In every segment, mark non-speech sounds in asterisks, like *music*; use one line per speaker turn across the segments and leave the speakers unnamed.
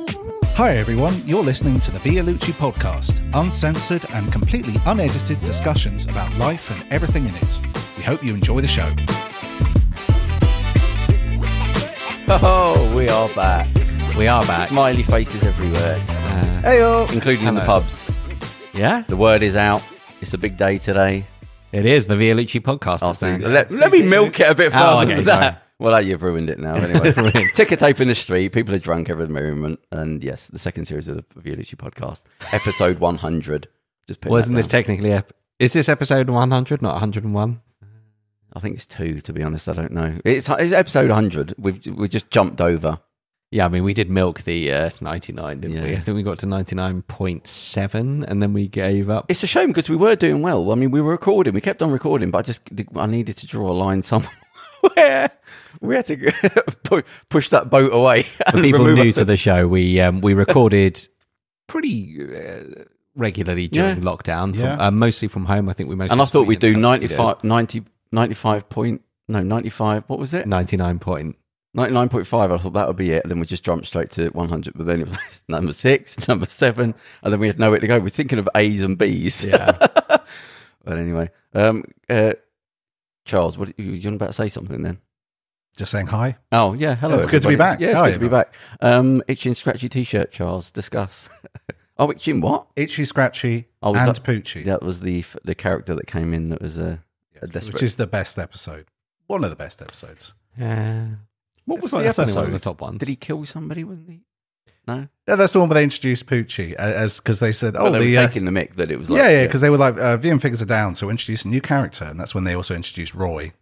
Hi, everyone. You're listening to the Vialucci podcast, uncensored and completely unedited discussions about life and everything in it. We hope you enjoy the show.
Oh, we are back.
We are back.
Smiley faces everywhere,
Uh,
Hey, yo.
including in the
Hello.
pubs.
yeah,
The word is out. It's a big day today.
it is the Vialucci podcast.
I'll
is now.
think- Oh, Let, let me milk it a bit
Oh,
further
okay,
than
sorry.
that. Well, that- you've ruined it now.
*laughs*
Anyway,
Ruined.
ticker tape in the street. People are drunk every moment. And yes, the second series of the Violucci podcast, episode 100. Just putting
Wasn't
that
this
down.
technically? Ep- is this episode one hundred, not one hundred and one?
I think it's two, to be honest. I don't know. It's, it's episode 100. We've we just jumped over.
Yeah, I mean we did milk the uh, ninety nine, didn't we?
Yeah.
I think we got to ninety nine point seven, and then we gave up.
It's a shame because we were doing well. I mean, we were recording. We kept on recording, but I just I needed to draw a line somewhere. *laughs* we had to *laughs* pu- push that boat away. *laughs*
For
and
people
remove
new
us-
to the show, we um, we recorded pretty uh, regularly during
Yeah.
lockdown, from,
Yeah.
uh, mostly from home. I think we mostly
and I thought we'd do
ninety
95,
five
90, 95 point, no, 95, what was it?
ninety nine point.
99.5. I thought that would be it. And then we just jumped straight to 100. But then it was *laughs* number six, number seven. And then we had nowhere to go. We're thinking of A's and B's.
Yeah.
*laughs* But anyway, um, uh, Charles, what you, you about to say something then?
Just saying hi.
Oh yeah, hello.
It's good to be
everybody.
back.
Yeah, it's
How are
good to
you,
be back. Um, itchy and scratchy t-shirt, Charles. Discuss. *laughs* oh, itchy and what?
Itchy, Scratchy,
Oh, was
and
that-
Poochie,
That was the f- the character that came in. That was a, a desperate.
which is the best episode. One of the best episodes.
Uh,
what was
it's
the
not- it's only one of
episode?
The top ones.
Did he kill somebody? Wasn't he? No.
Yeah, that's the one where they introduced Poochie uh, as because they said,
Oh,
"Oh,
they
the
were
uh,
taking the mic that it was. Like,
yeah, yeah," because they were like, uh, "Viewing figures are down," so introduce a new character, and that's when they also introduced Roy,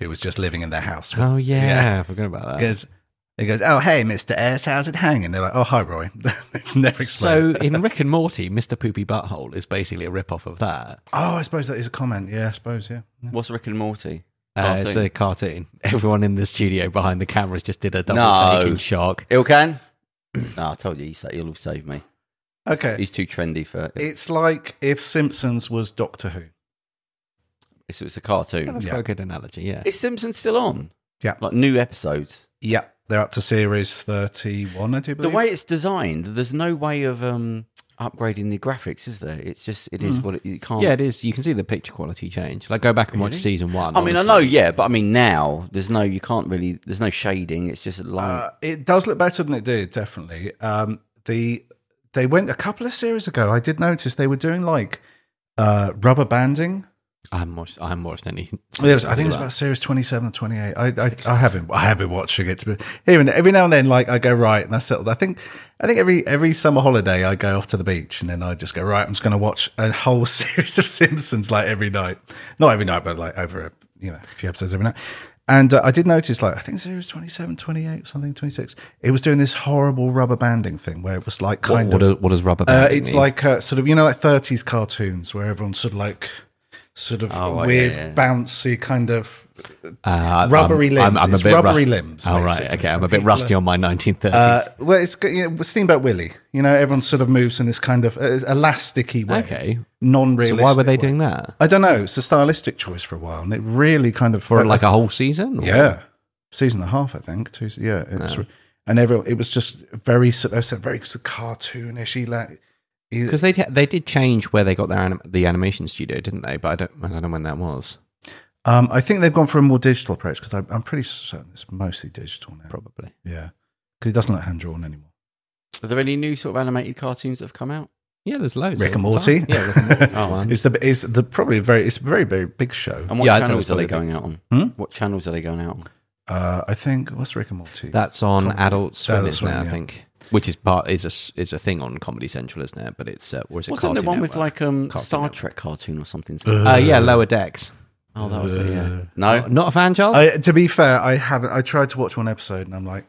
who was just living in their house with
Oh yeah,
Yeah.
I forgot about that.
goes, he goes, oh, hey, Mr. S, how's it hanging? They're like, oh, hi, Roy. *laughs* it's never explained.
So in Rick and Morty, Mr. Poopy Butthole is basically a rip off of that.
oh, I suppose that is a comment. Yeah, I suppose, yeah.
What's Rick and Morty?
Uh,
Cartoon.
it's a cartoon. *laughs* Everyone in the studio behind the cameras just did a double
No.
take in shock.
Ilkan. *clears throat* no, I told you, he sa- he'll save me.
Okay.
He's too trendy for. It's,
It's like if Simpsons was Doctor Who.
it's, a cartoon.
That's
Yeah.
quite a good analogy. Yeah.
Is Simpsons still on?
Yeah.
Like new episodes.
Yeah, they're up to series 31, I do
the
believe.
way it's designed, there's no way of um, upgrading the graphics, is there? It's just it
Hmm.
is what it, you can't.
Yeah, it is. You can see the picture quality change. Like go back and
Oh.
watch
Really?
season one.
I mean, I
honestly.
know, yeah, but I mean now there's no you can't really there's no shading. It's just light.
Uh, it does look better than it did, definitely. Um, the They went a couple of series ago, I did notice they were doing like uh, rubber banding.
I haven't watched. I haven't watched any.
Yes, I think it's about series twenty-seven or twenty-eight. I, I, I have been, I have been watching it. But here and every now and then, like I go right and I settle. I think, I think every every summer holiday, I go off to the beach and then I just go right. I'm just going to watch a whole *laughs* series of Simpsons like every night, not every night, but like over a, you know a few episodes every night. And uh, I did notice, like I think series 27, 28, something twenty-six. It was doing this horrible rubber banding thing where it was like kind
What, what,
of
does, what does rubber
uh,
band
it's like uh, sort of you know like 30s cartoons where everyone's sort of like sort of
Oh, right,
weird
yeah, yeah.
bouncy kind of
uh,
rubbery
I'm-
limbs.
I'm, I'm
It's
a bit
rubbery
ru-
limbs,
Oh right,
basically.
okay. I'm a bit
People are-
rusty on my 1930s.
uh, well it's got- you know, Steamboat Willie you know everyone sort of moves in this kind of uh, elasticy way
okay. So
non-realistic
why were they
way.
doing that?
I don't know it's a stylistic choice for a while and it really kind of
For like a whole season? or-
uh, yeah season and a half I think two se- yeah it was, and everyone it was just very sort of I said, very sort of cartoonish like
because they they did change where they got their anim- the animation studio, didn't they? But I don't I don't know when that was.
Um, I think they've gone for a more digital approach because I'm pretty certain it's mostly digital now.
Probably.
Yeah, because it doesn't look hand drawn anymore.
Are there any new sort of animated cartoons that have come out?
Yeah, there's loads.
Rick and
all the
Morty.
time. Yeah, Rick and *laughs* Morty's
Oh.
one.
It's the it's the probably a very it's a very very big show.
And what
Yeah, I'd say
channels
that's
are they
probably
going out
Hmm?
on? What channels are they going out on?
Uh, I think what's Rick and Morty?
That's on
Probably.
Adult Swim,
Adult
isn't
Swim,
it? I
yeah.
think, which is part is a s- is a thing on Comedy Central, isn't it? But it's uh, or is it
Wasn't there
Cartoon
one with
Network?
like um
Cartoon
Star
Network.
Trek cartoon or something?
Uh, yeah, Lower Decks.
oh, that was it. Yeah.
uh,
No,
No.
not a fan, Charles.
I, to be fair, I haven't. I tried to watch one episode and I'm like,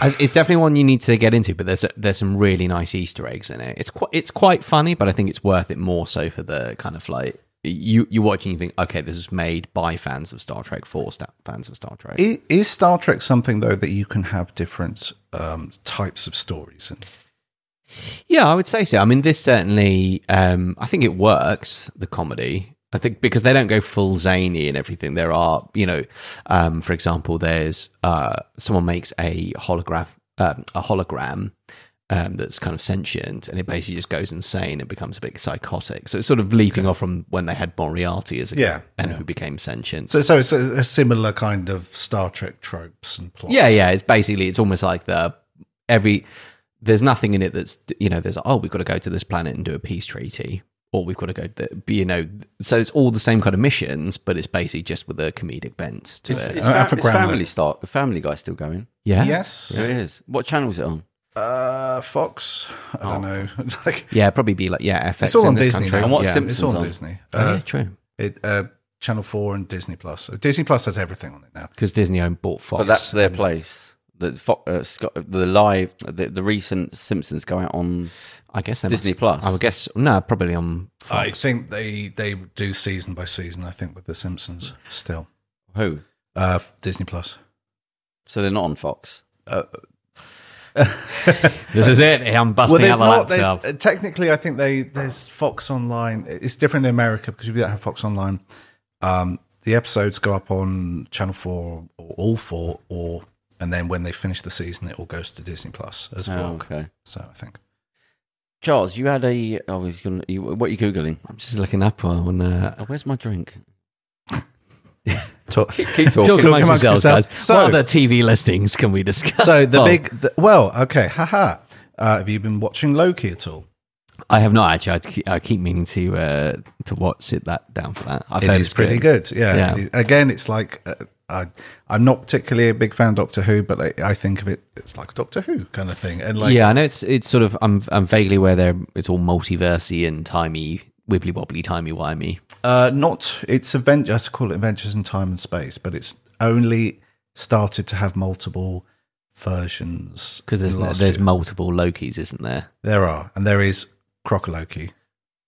I- it's definitely one you need to get into, but there's a, there's some really nice Easter eggs in it. It's quite it's quite funny, but I think it's worth it more so for the kind of like you you watch and you think, okay, this is made by fans of Star Trek for sta- fans of Star Trek.
is, is Star Trek something though that you can have different um, types of stories? And
Yeah, I would say so. I mean, this certainly, um, I think it works, the comedy. I think because they don't go full zany and everything. There are, you know, um, for example, there's uh, someone makes a holograph, um, a hologram um, that's kind of sentient, and it basically just goes insane and becomes a bit psychotic. So it's sort of leaping off from when they had Moriarty as a
Yeah,
and who became sentient.
So, so it's a, a similar kind of Star Trek tropes and plots.
Yeah, yeah. It's basically it's almost like the every there's nothing in it that's you know there's oh we've got to go to this planet and do a peace treaty or we've got to go to the- you know so it's all the same kind of missions but it's basically just with a comedic bent to
It's,
it.
it's,
Uh,
fam-
Alpha
it's
Gremlin.
family star. Family Guy still going.
yeah, yeah,
Yes.
There it is. What channel is it on?
Uh, Fox. I don't know. *laughs* like,
Probably be like yeah, FX.
it's all
Oh. in
on
this
Disney
country.
now.
And what
yeah.
sim-
it's all
Simpsons
on
on?
Disney.
Oh,
Uh,
yeah, true.
it, uh, Channel Four and Disney Plus. So Disney Plus has everything on it now.
Because Disney owned bought Fox.
But that's their place. The Fo- uh, Scott, the live, the, the recent Simpsons go out on.
I guess they
Disney
must-
Plus.
I would guess no, probably on.
I think they they do season by season. I think with The Simpsons still.
Who?
Uh, Disney Plus.
So they're not on Fox.
*laughs* This is it. I'm busting
there's
out the
not. There's,
laptop.
uh, technically, I think they there's Fox Online. It's different in America because we don't have Fox Online. Um, the episodes go up on Channel Four or all four, or and then when they finish the season, it all goes to Disney Plus as
Oh.
well.
Oh, okay.
So I think
Charles, you had a. Oh, he's gonna. You, what are you googling?
I'm just looking up on. Uh,
Oh, where's my drink?
Talk-
Keep, keep talking.
Talk
Talk
amongst,
amongst
yourselves,
yourselves.
guys.
So-
what other TV listings can we discuss?
So the
Oh,
big, the, well, okay, haha. Uh, have you been watching Loki at all?
I have not actually. I keep, I keep meaning to uh, to watch it that down for that. I've
It
heard
is
it's
pretty good. Yeah.
Yeah.
It is- Again, it's like uh, I, I'm not particularly a big fan of Doctor Who, but I, I think of it. It's like Doctor Who kind of thing, and like
yeah, I know it's it's sort of. I'm I'm vaguely aware there. It's all multiversey and timey, wibbly wobbly, timey wimey.
uh, not. It's adventure. I used to call it Adventures in Time and Space, but it's only started to have multiple versions
Because
in
there's
the last
there's
few-
multiple Lokis, isn't there?
there are, and there is Crocoloki.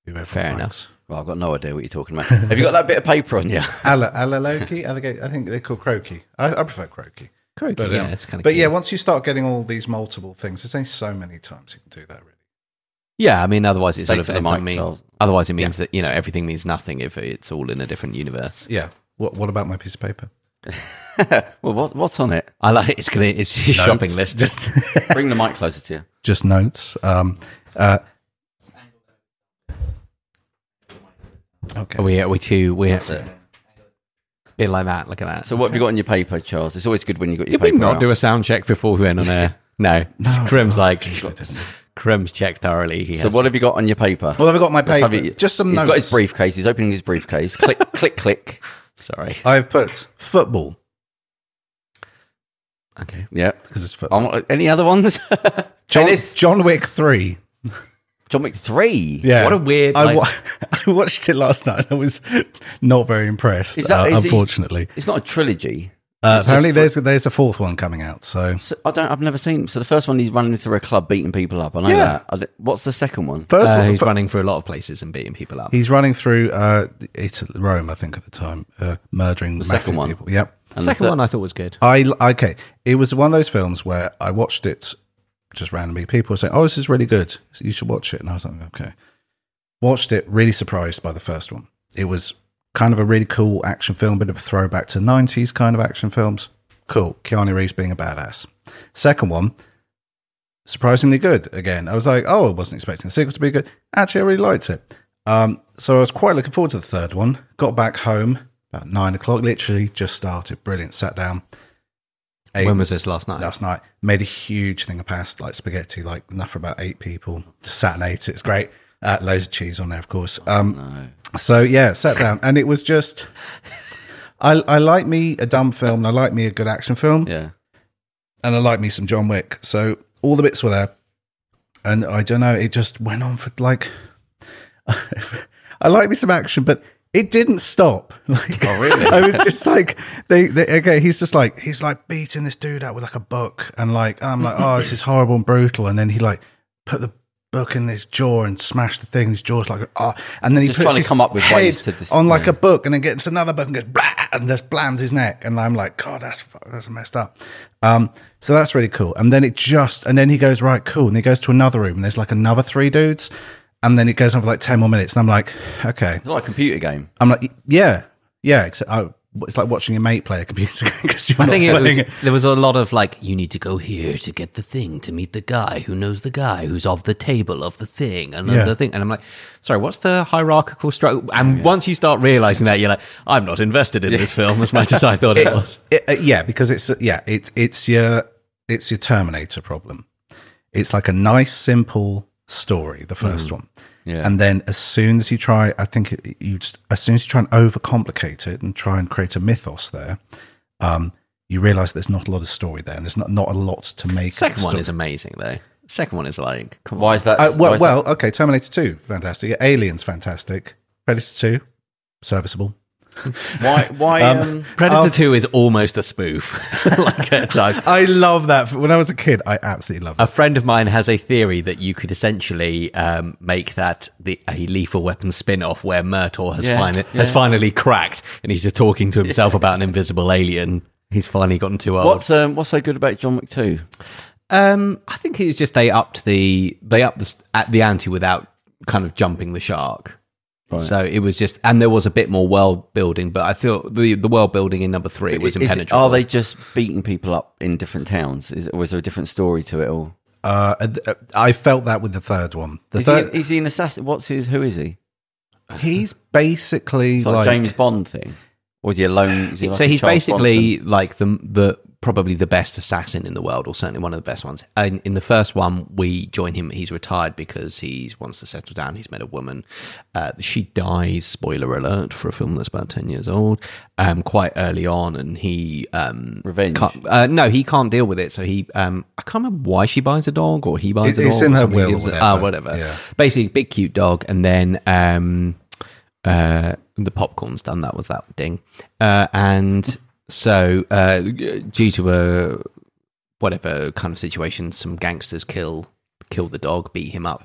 Whoever
Fair enough.
likes.
Well, I've got no idea what you're
*laughs*
talking about. Have you got that bit of paper on you? *laughs*
Ala, Ala Loki. I think I think they're called Croaky. I, I prefer Croaky.
Correct.
But,
yeah,
um,
it's kind of.
But yeah, once you start getting all these multiple things, there's only so many times you can do that. Really,
yeah. I mean, otherwise it
Stay
sort of
to the
ends up
mic,
mean-
Charles.
Otherwise, it means that you know everything means nothing if it's all in a different universe.
yeah. What What about my piece of paper?
well, what, what's on it?
I like it's gonna it's your shopping list.
Just *laughs*
Bring the mic closer to you.
just notes. Um, uh,
Are
okay.
we are we too we're bit like that. Look at that.
So, what have you got on your paper, Charles? It's always good when you got your
Did we
paper.
not
out.
do a sound check before we went on air? No. no Krim's like, Krim's checked thoroughly. He
So,
has.
what have you got on your paper?
Well, I've got my
Let's have
paper.
it-
Just some
He's
notes.
got his briefcase. He's opening his
*laughs*
briefcase. click, click, click.
Sorry.
I've put football
Okay.
Yeah.
because it's football.
Um, any other ones? *laughs*
John,
Tennis.
John Wick three.
John Wick three.
Yeah.
What a weird,
I,
like-
wa- *laughs* I watched it last night. and I was not very impressed.
Is that-
uh,
is- is-
unfortunately,
It's not a trilogy.
uh,
it's
apparently
just
there's there's a fourth one coming out. So
So I don't. I've never seen. So the first one, he's running through a club, beating people up. I know
Yeah.
that. I don't- what's the second one?
first
Uh,
one,
he's running for a lot of places and beating people up.
He's running through uh, Italy, Rome, I think, at the time, uh, murdering the
second one.
people. Yep.
The
the
second
third-
one I thought was good.
I okay. It was one of those films where I watched it just randomly. People were saying, "Oh, this is really good. You should watch it." And I was like, "Okay." Watched it. Really surprised by the first one. It was kind of a really cool action film, bit of a throwback to '90s kind of action films. Cool. Keanu Reeves being a badass. Second one, surprisingly good again. I was like, oh, I wasn't expecting the sequel to be good. Actually, I really liked it. Um, so I was quite looking forward to the third one. Got back home about nine o'clock, literally just started. Brilliant. Sat down. Ate
When was this last night?
last night? Made a huge thing of pasta, like spaghetti, like enough for about eight people. Just sat and ate it. It's great. Uh, loads of cheese on there, of course. Um,
No.
so yeah, sat down, and it was just. I, I like me a dumb film. And I like me a good action film
Yeah.
and I like me some John Wick. So all the bits were there, and I don't know. It just went on for like *laughs* I like me some action, but it didn't stop. *laughs* Like, oh really? I was just like, they, they okay. He's just like he's like beating this dude out with like a book, and like and I'm like, oh, this is horrible and brutal. And then he like put the book in his jaw and smashed the thing. His jaw's like, oh, and then he
Just
puts
trying to
his
come up with
head
ways to dis-
on like
yeah.
a book, and then gets another book and goes blah, and just blams his neck. And I'm like, God, that's fu- that's messed up. Um, so that's really cool. And then it just, and then he goes right, cool, and he goes to another room, and there's like another three dudes. And then it goes on for like ten more minutes, and I'm like, okay,
It's like a computer game.
I'm like, yeah, yeah. Except I it's like watching your mate play a computer *laughs* game because you're
I
not
think it
playing
was,
it.
there was a lot of like, you need to go here to get the thing, to meet the guy who knows the guy who's of the table of the thing, and of
Yeah.
the thing. And I'm like, sorry, what's the hierarchical structure? And once you start realizing that, you're like, I'm not invested in this film as much as I thought it was.
It- uh, yeah, because it's yeah, it's it's your it's your Terminator problem. It's like a nice, simple story, the first one,
Yeah.
and then as soon as you try, I think it, you just, as soon as you try and overcomplicate it and try and create a mythos there, um, you realize there's not a lot of story there, and there's not not a lot to make.
Second one
story.
is amazing though. Second one is like, come on.
Why is that?
Uh,
why
well,
is that-
well, okay. Terminator Two, fantastic. Aliens, fantastic. Predator Two, serviceable.
why? Why? Um,
Predator 2 is almost a spoof. *laughs* like a time.
I love that. When I was a kid, I absolutely loved
A friend of mine has a theory that you could essentially um, make that the a lethal weapon spin-off where Myrtle has
Yeah,
finally has finally cracked and he's just talking to himself about an invisible alien. He's finally gotten too old.
what's um, what's so good about John Wick Two?
Um, I think it was just they upped the they upped the st- at the ante without kind of jumping the shark. So it was just, and there was a bit more world building, but I thought the the world building in number three was
Is-
impenetrable.
are they just beating people up in different towns? Is, or is there a different story to it all?
Uh, th- I felt that with the third one. The
Is,
third,
he, is he an assassin? What's his? Who is he?
he's basically
It's
like,
like, James Bond thing, or is he alone? Is he like
so
a
he's
Charles Bronson?
basically like the the probably the best assassin in the world, or certainly one of the best ones. And in the first one, we join him. He's retired because he's wants to settle down. He's met a woman. Uh, she dies. Spoiler alert for a film that's about ten years old. Um, quite early on, and he um
Revenge.
can't- uh, no, he can't deal with it. So he um, I can't remember why she buys a dog or he buys
It-
a dog.
it's in
or
her
something,
will or
deals with-
whatever.
Ah, whatever.
Yeah.
Basically, big cute dog, and then. Um, uh, the popcorn's done. That was that ding. Uh, and so, uh, due to a whatever kind of situation, some gangsters kill kill the dog, beat him up.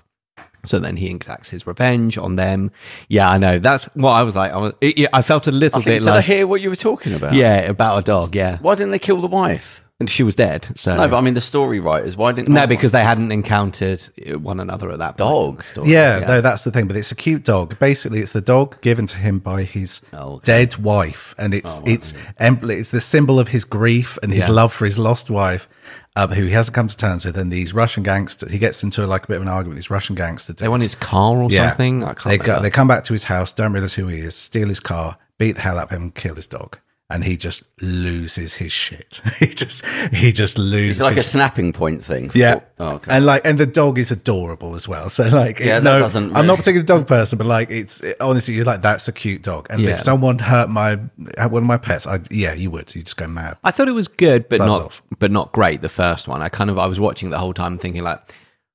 So then he exacts his revenge on them. Yeah, I know. That's what I was like. I, was, it, yeah, I felt a little
I think,
bit
did I
like,
hear what you were talking about?
yeah, about a dog. Yeah,
Why didn't they kill the wife?
and she was dead. So
No, but I mean the story writers. Why didn't?
no, because they hadn't encountered uh, one another at that point in
Dog.
the story.
yeah, no, that's the thing. But it's a cute dog. Basically, it's the dog given to him by his dead wife, and it's it's em- it's the symbol of his grief and his
Yeah.
love for his lost wife, um, who he hasn't come to terms with. And these Russian gangster, he gets into like a bit of an argument. with These Russian gangster,
they want his car or something.
they,
I can't.
go,
remember.
they come back to his house, don't realize who he is, steal his car, beat the hell out of him, kill his dog. And he just loses his shit. *laughs* he just he just loses.
It's like a
his
snapping point thing.
yeah,
Oh, okay.
and like, and the dog is adorable as well. *laughs* So like,
Yeah,
it-
that
no,
doesn't
I'm
really-
not particularly a dog person, but like, it's it- honestly, you're like, that's a cute dog. And
Yeah.
if someone hurt my one of my pets, I yeah, you would, you just go mad.
I thought it was good, but
Gloves
not
off.
but not great. The first one, I kind of I was watching the whole time, thinking like,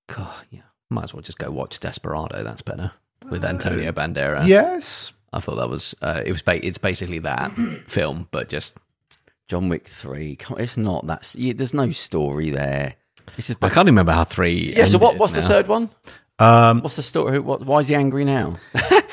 God, yeah, might as well just go watch Desperado. That's better with
Uh,
Antonio Banderas.
Yes,
I thought that was uh, it was ba- it's basically that *clears throat* film, but just
John Wick Three. Come- It's not that. s- yeah, There's no story there. It's just
I can't remember how three.
yeah. So what?
ended
What's the
now.
third one? Um, what's the story? Who, what, why is he angry now?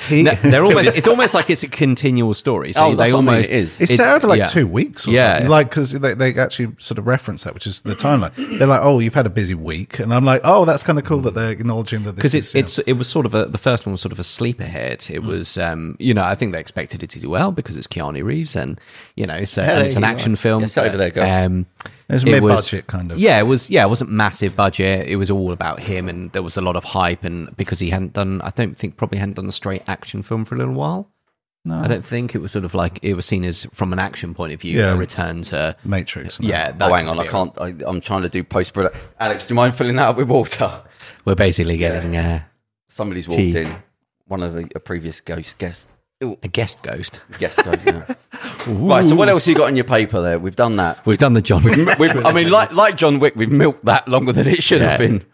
he,
No,
*laughs*
they're almost. It's almost like it's a continual story. So
Oh, that's
they
what I mean,
almost
it is.
It's, set over like
yeah.
two weeks or
Yeah.
something. Like, because they, they actually sort of reference that, which is the timeline. They're like, oh, you've had a busy week. And I'm like, oh, that's kind of cool that they're acknowledging that this
because
is,
it's
you know,
it's it was sort of a the first one was sort of a sleeper hit. It was um you know I think they expected it to do well because it's Keanu Reeves and you know so and
Hello,
it's an
you
action
are.
film.
Yeah, sit over
but,
there, girl.
Um,
It was
was-
mid-budget kind of.
Yeah, it was. Yeah, it wasn't massive budget. It was all about him, and there was a lot of hype, and because he hadn't done, I don't think probably hadn't done a straight action film for a little while. No, I don't think it was sort of like it was seen as from an action point of view,
Yeah.
a return to
Matrix. and
yeah. that
Oh, hang
kind
on.
of
I
era.
can't. I, I'm trying to do post product. Alex, do you mind filling that up with water?
We're basically getting uh,
Somebody's walked
Tea.
in. One of the a previous ghost guest
a guest ghost.
guest ghost. Yeah. right. So what else you got in your paper there? We've done
*laughs*
that.
We've done the job.
We've, I mean, like like John Wick, we've milked that longer than it should have
Yeah.
been.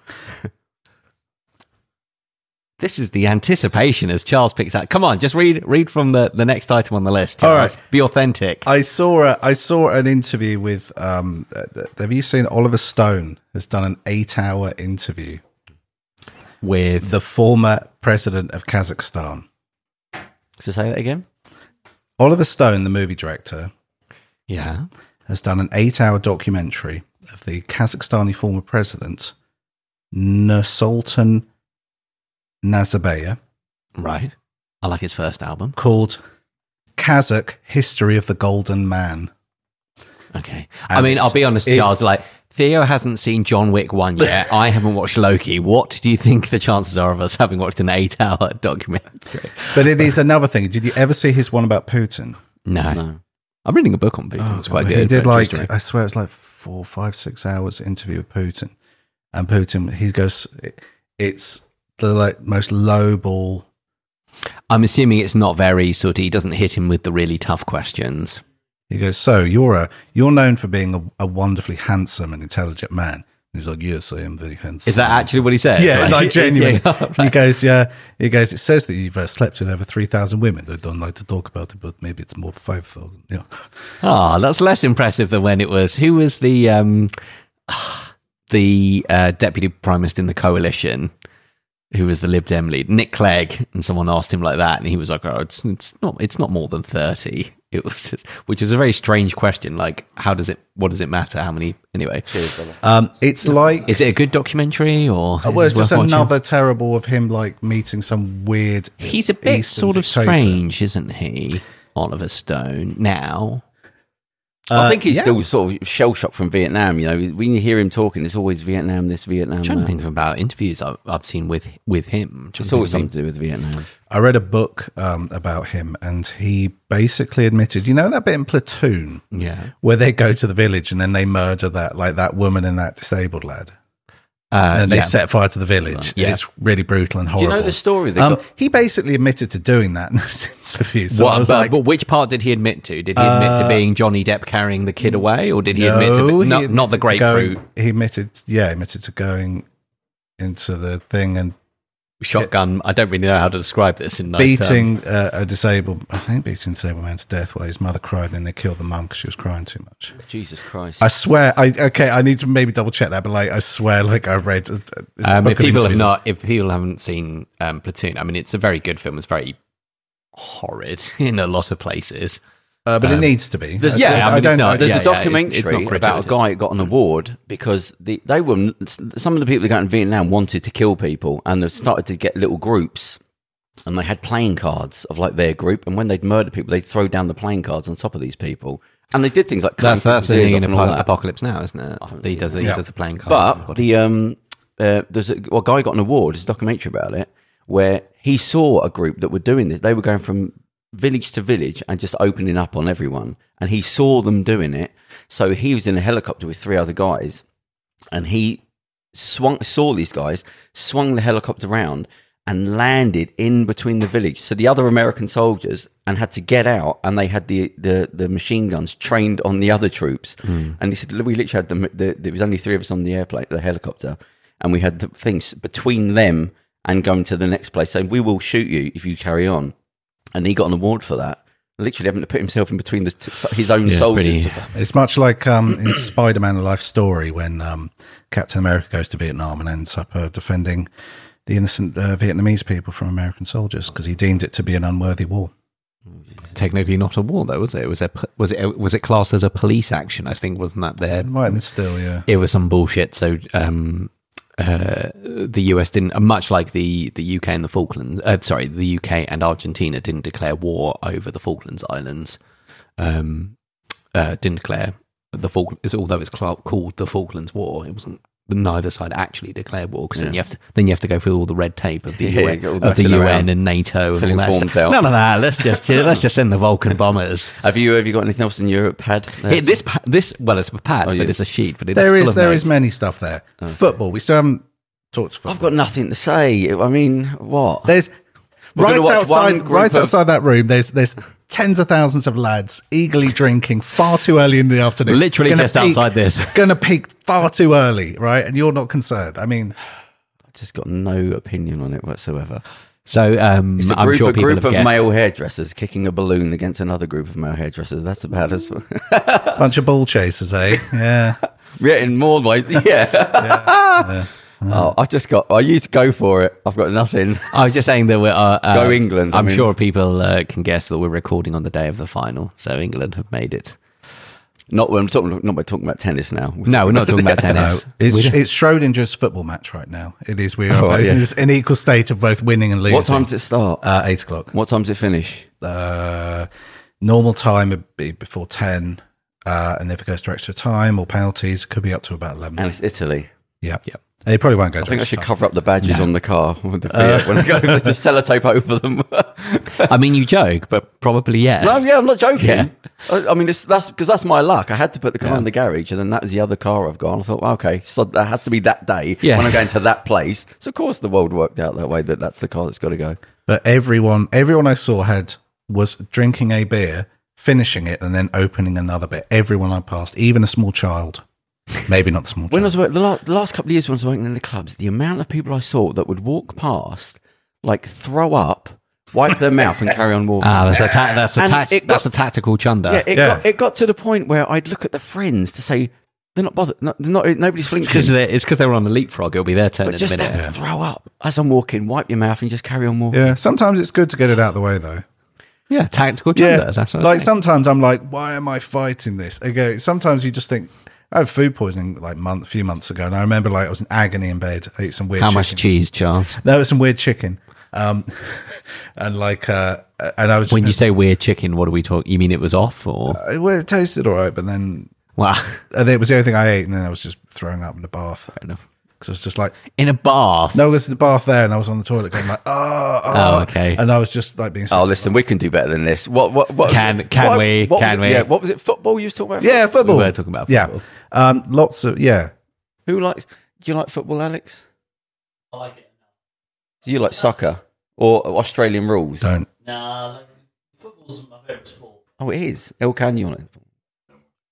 This is the anticipation as Charles picks out. Come on, just read read from the, the next item on the list.
All
Charles.
right.
be authentic.
I saw a, I saw an interview with um. uh, Have you seen Oliver Stone has done an eight-hour interview
with
the former president of Kazakhstan.
So say that again.
Oliver Stone, the movie director,
yeah,
has done an eight-hour documentary of the Kazakhstani former president Nursultan Nazarbayev
right. I like his first album.
called Kazakh history of the Golden Man.
Okay. I mean, I'll be honest,
it's-
Charles. Like Theo hasn't seen John Wick
*laughs*
one yet. I haven't watched Loki. What do you think the chances are of us having watched an eight-hour *laughs* documentary?
But it is another thing. Did you ever see his one about Putin?
No.
No.
I'm reading a book on Putin. Oh, it's quite good.
Oh, He did
but
like
just-
I swear it's like four, five, six hours interview with Putin, and Putin he goes, it's the like most low ball. uh,
I'm assuming it's not very sort of. He doesn't hit him with the really tough questions.
He goes, so you're a you're known for being a, a wonderfully handsome and intelligent man. He's like, yes, I am very handsome.
Is that actually what he says?
Yeah, like,
*laughs*
genuinely.
Yeah, right.
He goes, yeah. He goes. It says that you've uh, slept with over three thousand women. I don't like to talk about it, but maybe it's more five thousand. Yeah.
Ah, that's less impressive than when it was. Who was the um, *sighs* the uh, deputy prime minister in the coalition? Who was the Lib Dem lead? Nick Clegg, and someone asked him like that, and he was like, "Oh, it's, it's not. It's not more than thirty. *laughs* It was, which is a very strange question. Like, how does it? What does it matter? How many? Anyway,
Um, it's like
is it a good documentary or?
Uh, well,
is
it's
it
just
worth watching?
another terrible of him like meeting some weird.
He's a bit
Eastern
sort of
dictator.
strange, isn't he? Oliver Stone. Now,
I think he's
yeah.
still sort of shell shocked from Vietnam. You know, when you hear him talking, it's always Vietnam this, Vietnam
I'm trying to
that.
think about interviews I've, I've seen with with him.
Mm. It's always something to do with Vietnam.
I read a book um, about him, and he basically admitted, you know, that bit in Platoon
Yeah.
where they go to the village and then they murder that, like that woman and that disabled lad,
Uh,
and they
yeah.
set fire to the village.
Yeah.
It's really brutal and
Do you
horrible.
know the story? They
Um,
got,
he basically admitted to doing that *laughs* in this interview. So I
what,
was
but,
like, Uh,
but which part did he admit to? Did he admit to being Johnny Depp carrying the kid away, or did he admit to
no,
the,
he
not, not the
admitted to going-
grapefruit
he admitted, yeah, he admitted to going into the thing and
shotgun? I don't really know how to describe this in nice terms.
beating uh, a disabled, I think beating a disabled man to death while his mother cried and they killed the mum because she was crying too much.
Jesus Christ.
I swear, I okay, I need to maybe double check that, but like, I swear, like I read. uh, it's a
Um,
book
if
of
people have
interviews.
not, if people haven't seen um, Platoon, I mean, it's a very good film. It's very horrid *laughs* in a lot of places.
uh, but it needs to be.
There's-
I-
yeah,
I,
I
mean,
don't
it's
know.
not-
There's a
um, Yeah, yeah, it's- it's
documentary about
not
a
gratuitous.
guy who got an award because the, they were some of the people that got in Vietnam wanted to kill people, and they started to get little groups, and they had playing cards of like their group, and when they'd murder people, they'd throw down the playing cards on top of these people, and they did things like clank
That's that's the
people's ears
thing
off
in
and all
apo-
that.
Apocalypse Now, isn't it? He does the, he
Yeah.
does the playing cards. on the
But
body.
the um, uh, there's a, well, a guy got an award. There's a documentary about it where he saw a group that were doing this. They were going from village to village and just opening up on everyone, and he saw them doing it. So he was in a helicopter with three other guys, and he swung saw these guys swung the helicopter round and landed in between the village so the other american soldiers and had to get out and they had the the, the machine guns trained on the other troops
Hmm.
and he said we literally had the, the there was only three of us on the airplane the helicopter and we had the things between them and going to the next place saying we will shoot you if you carry on and he got an award for that literally having to put himself in between the t- his own
it's
soldiers
pretty-
to say,
It's much like um, in Spider-Man: A Life Story when um, Captain America goes to Vietnam and ends up uh, defending the innocent uh, Vietnamese people from American soldiers because he deemed it to be an unworthy war.
technically not a war though was it it was a was it was it classed as a police action i think wasn't that there
It might have been still, yeah.
it was some bullshit so um uh the us didn't uh, much like the the uk and the falklands uh, sorry the uk and argentina didn't declare war over the falklands islands um uh didn't declare the falklands although it's cla- called the falklands war it wasn't neither side actually declared war because then you have to then you have to go through all the red tape of the
*laughs* Yeah,
UN,
go all
of the
messing around,
UN and NATO and
filling
all that
forms
stuff.
out.
None of that. Let's just let's just send the Vulcan
*laughs*
bombers.
have you have you got anything else in europe had
It, this pa- this well, it's a pad,
Oh, yeah.
but it's a sheet. But it's
There
full
is
of
there
notes.
is many stuff there. Football. We still haven't talked football.
Oh. I've got nothing to say. I mean, what?
There's right
gonna watch one
outside,
group
right
of-
outside that room. There's there's tens of thousands of lads eagerly drinking far too early in the afternoon.
Literally just outside this.
Going to peak far too early, right? And you're not concerned. I mean,
I've just got no opinion on it whatsoever.
So um,
It's a
I'm
group,
sure
a
people
group
have
of
guessed.
male hairdressers kicking a balloon against another group of male hairdressers. That's about as. *laughs*
bunch of ball chasers, eh? Yeah.
yeah, in more ways. *laughs* Yeah. Oh, I've just got. I used to go for it. I've got nothing.
I was just saying that we're uh, uh,
Go England, I
I'm
mean.
sure people uh, can guess that we're recording on the day of the final, so England have made it.
Not when I'm talking. Not by talking about tennis now.
No, we're not talking
*laughs*
about
No,
tennis.
it's
We-
it's Schrodinger's football match right now. It is. We are
Oh,
both
yeah.
in this an equal state of both winning and losing.
What time does it start?
Uh, eight o'clock.
what time does it finish?
Uh, Normal time would be before 10. Uh, and if it goes to extra time or penalties, it could be up to about 11.
And it's Italy.
yeah.
Yep.
They probably won't go
I
to
think I
extra
should
time.
cover up the badges on the car with the Fiat when I go with the sellotape over them. *laughs*
I mean, you joke, but probably yes.
no, yeah, I'm not joking.
Yeah.
I, I mean, it's, that's because that's my luck. I had to put the car in the garage, and then that was the other car I've got. And I thought, well, okay, so that has to be that day
Yeah.
when I'm going to that place. So of course, the world worked out that way. That that's the car that's got to go.
But everyone, everyone I saw had was drinking a beer, finishing it, and then opening another bit. Everyone I passed, even a small child. Maybe not the small
When I
child.
was working, the, la- the last couple of years when I was working in the clubs, the amount of people I saw that would walk past, like throw up, wipe their mouth, and carry on walking.
*laughs* Ah, that's a ta- that's a
And
ta-
it
that's
got-
a tactical chunder.
yeah, it,
Yeah.
Got, it got to the point where I'd look at the friends to say they're not bothered. No, they're not, nobody's flinching.
because it's because they were on the leapfrog. It'll be their turn
but
in a
just
minute.
that throw up as I'm walking, wipe your mouth, and just carry on walking.
yeah, sometimes it's good to get it out of the way, though.
Yeah, tactical chunder. That's what I was
like
saying.
sometimes I'm like, why am I fighting this? Okay, sometimes you just think. I had food poisoning like month, few months ago, and I remember like I was in agony in bed. I ate some weird.
How
chicken.
much cheese, Charles?
No, it was some weird chicken. Um, *laughs* and like, uh, and I was
When you say weird chicken, what are we talking? You mean it was off or?
Uh,
well, it tasted all right, but then
*laughs* wow,
and it was the only thing I ate, and then I was just throwing up in the bath
enough.
because I was just like,
in a bath.
no, there's the bath there, and I was on the toilet going like, oh,
Oh, okay.
and I was just like being,
Oh, listen, we can do better than this. What? What? what
Can- can
what-
we?
what was
Can
it-
we?
Yeah. What was it? Football? You was talking about?
yeah,
we
football,
were talking about
yeah,
football.
um, lots of yeah,
Who likes? Do you like football, Alex? I like it. Do you like soccer or Australian rules?
don't
Nah, football's my favourite sport.
Oh, it is. El Canyon.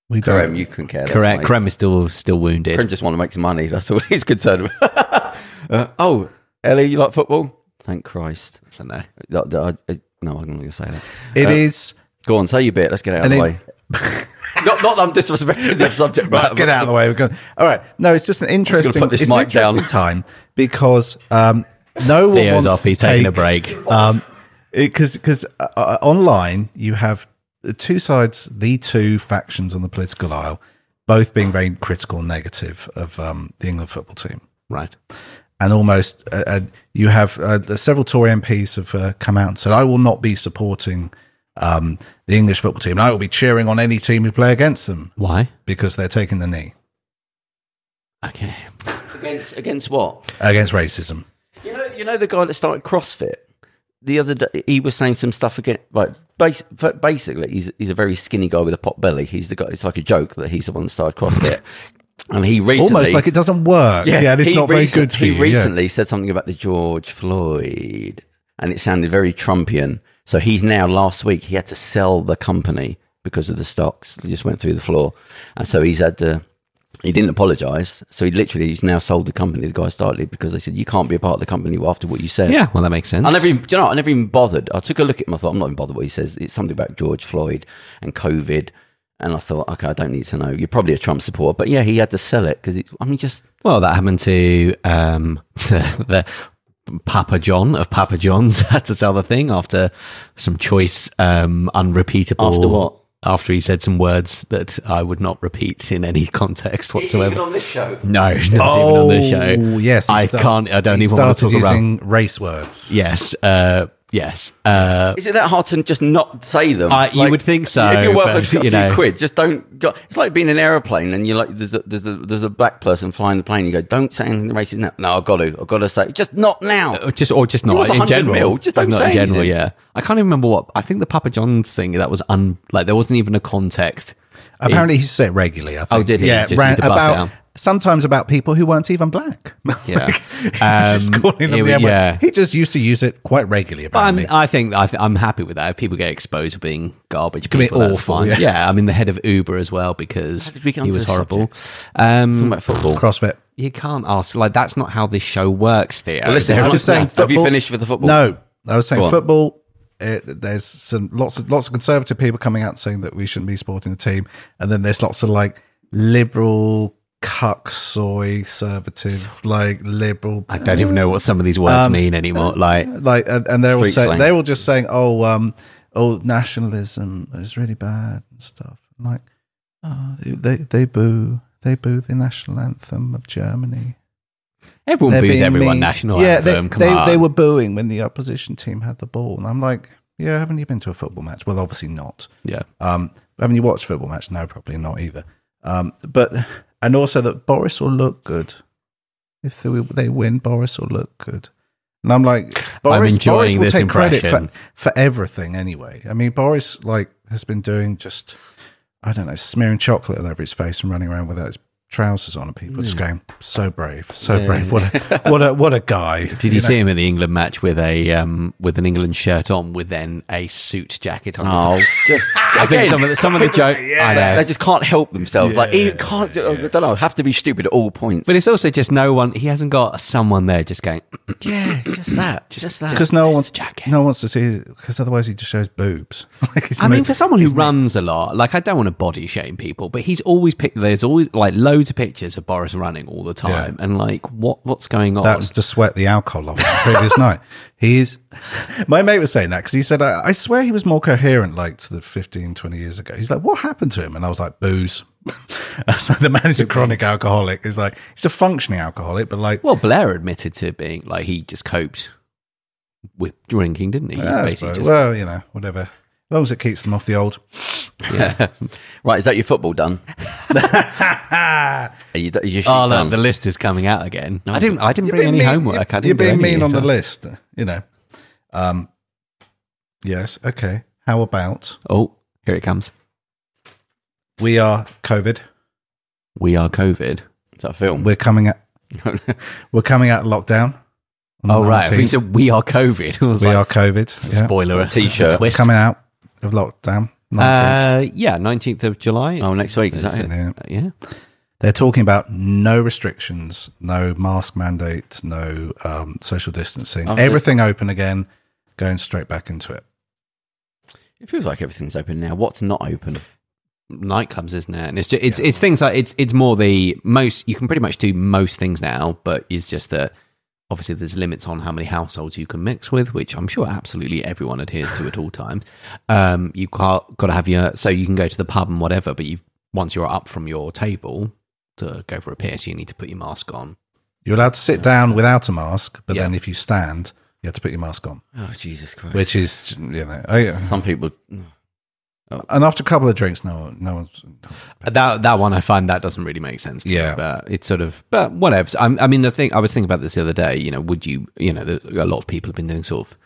we don't.
Graham, you couldn't care. less,
Correct.
mate.
Krem is still still wounded.
Prim just want to make some money. That's all *laughs* he's concerned about. *laughs* uh, oh, Ellie, you like football? Thank Christ.
I don't know.
That- that- I- I- no, I'm not going to say that.
It
Uh,
is-
Go on, say your bit. Let's get it out of the
And
way. *laughs* not, not that I'm disrespecting the subject matter.
Let's get out of the way. We're going. All right. No, it's just an interesting.
put this
it's an
mic down.
interesting time because um, no one
Theo's
wants
off.
to
He's taking a break.
Um, because because uh, uh, online you have the two sides, the two factions on the political aisle, both being very critical and negative of um, the England football team
Right.
and almost uh, uh, you have uh, several Tory MPs have uh, come out and said, "I will not be supporting um, the English football team, and I will be cheering on any team who play against them
Why?
because they're taking the knee
Okay.
Against, against what?
against racism."
You know, you know the guy that started CrossFit. The other day, he was saying some stuff again. Like, bas- f- basically, he's he's a very skinny guy with a pot belly. He's the guy. It's like a joke that he's the one that started CrossFit. *laughs* and he recently
Almost like it doesn't work. Yeah, and it's
he
not very
recent-
good for
he
you. yeah.
recently said something about the George Floyd, and it sounded very Trumpian. So he's now last week he had to sell the company because of the stocks that just went through the floor, and so he's had to. He didn't apologise, so he literally he's now sold the company. The guy started it because they said you can't be a part of the company after what you said.
Yeah. Well, that makes sense.
I never, even, do you know, what? I never even bothered. I took a look at him. I thought, I'm not even bothered what he says. It's something about George Floyd and COVID. And I thought, okay, I don't need to know. You're probably a Trump supporter. But yeah, he had to sell it because, I mean, just
Well, that happened to um, *laughs* the, the Papa John of Papa John's. *laughs* Had to sell the thing after some choice, um, unrepeatable.
After what?
After he said some words that I would not repeat in any *laughs* context whatsoever.
on this show.
no, *laughs* not even on this show.
Oh, yes, he
I
start-
can't. I don't
he
even want to
started
talk about.
using race words.
Yes. Uh, yes. Uh,
Is it that hard to just not say them?
I- you would think so,
If you're worth
but,
a, a few
you know.
quid, just don't. Go, it's like being in an aeroplane and you're like, there's a, there's a there's a black person flying the plane. You go, don't say anything racist now. No, I've got to. I've got to say, just not now.
Or just or just not
want
in
100
general.
mil, just don't
not
say
in general.
anything.
Yeah, I can't even remember what I think the Papa John's thing that was un like there wasn't even a context.
Apparently, he said it regularly. I think.
Oh, did he?
Yeah,
Just
ran-
used to bust it
about
out.
sometimes about people who weren't even black. *laughs*
Yeah,
He's just calling them
it
the
was-
N-word.
yeah.
He just used to use it quite regularly.
But
Apparently,
I'm, I think I th- I'm happy with that. If people get exposed for being garbage
be
people, that's
awful,
fine.
yeah.
Yeah. I mean the head of Uber as well because
did we get
he
onto
was
this
horrible. Um,
about football.
CrossFit.
you can't ask like that's not how this show works, Theo.
listen,
There
I
I
was
was
is-
saying
saying, have you
football-
finished with the football?
No, I was
Go
saying
on.
football. It, there's some lots of lots of conservative people coming out saying that we shouldn't be supporting the team, and then there's lots of like liberal cuck soy conservative like liberal
I don't even know what some of these words Um, mean anymore. Like
like and, and they're all
Street
saying
slang.
they're all just saying oh um oh nationalism is really bad and stuff And like oh, they, they they boo they boo the national anthem of Germany
everyone
They're
boos
being
everyone
mean.
national
yeah
anthem.
they,
Come
they,
on,
they were booing when the opposition team had the ball and I'm like yeah, haven't you been to a football match? Well, obviously not.
Yeah.
Um, haven't you watched football match? No, probably not either. Um, but and also that Boris will look good if they, they win. Boris will look good, and I'm like, Boris, Boris
enjoying
will
this
take
impression.
credit for, for everything anyway. I mean, Boris like has been doing just I don't know, smearing chocolate all over his face and running around without his trousers on, and people just
Hmm.
going, so brave, so brave. What a what a what a guy.
*laughs* Did you, see him in the England match with a um, with an England shirt on, with then a suit jacket on?
Oh, just
*laughs* I think some of the some *laughs* of the joke. I know.
They just can't help themselves. like, he can't. I don't know. Have to be stupid at all points.
But it's also just no one. He hasn't got someone there just going. *clears throat*
yeah, just that. Just, that.
because no one
Just a jacket.
no one wants to see because otherwise he just shows boobs. *laughs* like he's
I mean,
moved-
for someone who runs a lot, like I don't want to body shame people, but he's always picked. There's always like loads of pictures of Boris running all the time, and like what what's going on?
That's to sweat the alcohol off the previous night. He is. *laughs* My mate was saying that because he said, I, I swear he was more coherent like to the 15, 20 years ago. He's like, What happened to him? And I was like, Booze. *laughs* so the man is a chronic alcoholic. He's like, He's a functioning alcoholic, but like,
well, Blair admitted to being like he just coped with drinking, didn't he? He
yeah, I
basically
suppose.
just-
well, you know, whatever. As long as it keeps them off the old. *laughs*
*laughs*
right, is that your football done? Are you, is your shit
Oh, look,
done?
the list is coming out again.
No,
I didn't. I didn't bring
being
any
mean-
homework. I didn't
You're
do
being
any
mean on the
of that.
list, you know. Um, yes. Okay. How about
Oh, here it comes.
we are COVID?
We are COVID.
Is that a film? *laughs*
We're coming at we're coming out of lockdown. on the
Oh right, we
19th.
said we are COVID. *laughs* I was
we
like,
are COVID. Yeah.
spoiler
It's a t-shirt.
it's a *laughs* twist.
Coming out of lockdown. 19th.
Uh, yeah, nineteenth of July. Uh,
oh, next week. Is that it?
Yeah.
yeah.
They're talking about no restrictions, no mask mandate, no um, social distancing.
Oh,
Everything open again. Going straight back into it.
It feels like everything's open now. What's not open?
nightclubs, isn't it? And it's just, it's it's things like it's it's more the most you can pretty much do most things now, but it's just that obviously there's limits on how many households you can mix with, which I'm sure absolutely everyone adheres to at all times. Um, you can't got to have your so you can go to the pub and whatever, but you once you're up from your table to go for a piss, you need to put your mask on.
You're allowed to sit down without a mask, but
Yeah.
then if you stand, you have to put your mask on,
Oh, Jesus Christ.
which is you know. I,
Some people.
and after a couple of drinks, no, no one's.
That that one I find that doesn't really make sense. To me,
Yeah.
but it's sort of but whatever. I, I mean, the thing I was thinking about this the other day. You know, would you? You know, the- a lot of people have been doing sort of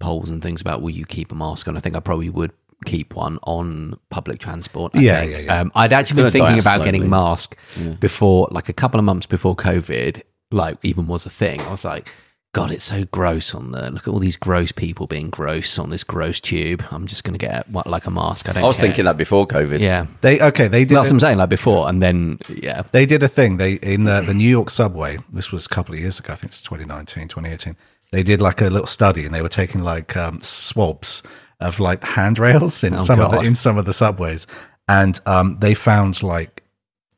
polls and things about will you keep a mask on. I think I probably would keep one on public transport. I
Yeah,
think.
yeah, yeah.
Um, I'd actually been
It's gonna die
thinking
off
about
slowly.
getting mask
Yeah.
before, like a couple of months before COVID, like even was a thing. I was like. God, it's so gross on the look at all these gross people being gross on this gross tube. I'm just gonna get what, like a mask. I don't.
I was
care.
thinking that before COVID.
yeah,
They okay. They did.
that's what I'm saying, like before, and then yeah,
they did a thing they in the, the new york subway this was a couple of years ago i think it's 2019 2018 they did like a little study and they were taking like um, swabs of like handrails in
Oh,
some of
God.
the in some of the subways and um, they found like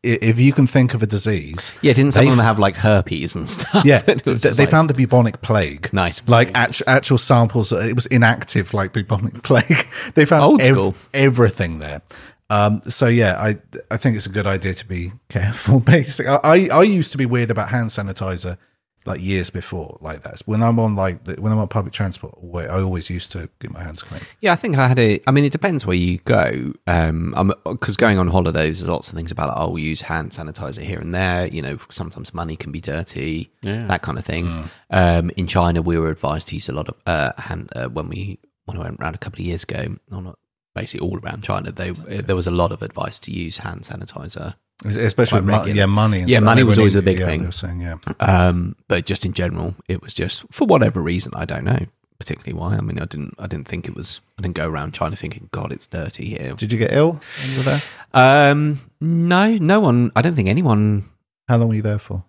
i- if you can think of a disease
yeah. Didn't some
They-
of them have like herpes and stuff?
yeah
*laughs*
th-
It was
they
just like,
found the bubonic plague
nice.
like actual, actual samples. It was inactive, like bubonic *laughs* plague. They found
Old
ev-
school.
everything there. Um, so yeah, I I think it's a good idea to be careful. *laughs* Basically, I, I I used to be weird about hand sanitizer like years before, like that. When I'm on like the, when I'm on public transport, alwa- I always used to get my hands clean.
Yeah, I think I had a. I mean, it depends where you go. Um, because going on holidays, there's lots of things about. Like, I'll use hand sanitizer here and there. You know, sometimes money can be dirty.
Yeah.
that kind of things. Um, in China, we were advised to use a lot of uh, hand uh, when we when I went around a couple of years ago. Or not basically all around China. They uh, there was a lot of advice to use hand sanitizer.
Especially
Quite
with mo-
regular.
yeah, money. And
Yeah,
stuff.
money was
Everyone
always
in
a big
India,
thing.
They were saying, yeah,
Um, but just in general, it was just for whatever reason. I don't know particularly why. I mean, I didn't. I didn't think it was. I didn't go around China thinking, God, it's dirty here.
did you get ill when you were there?
Um, no, no one. I don't think anyone.
How long were you there for?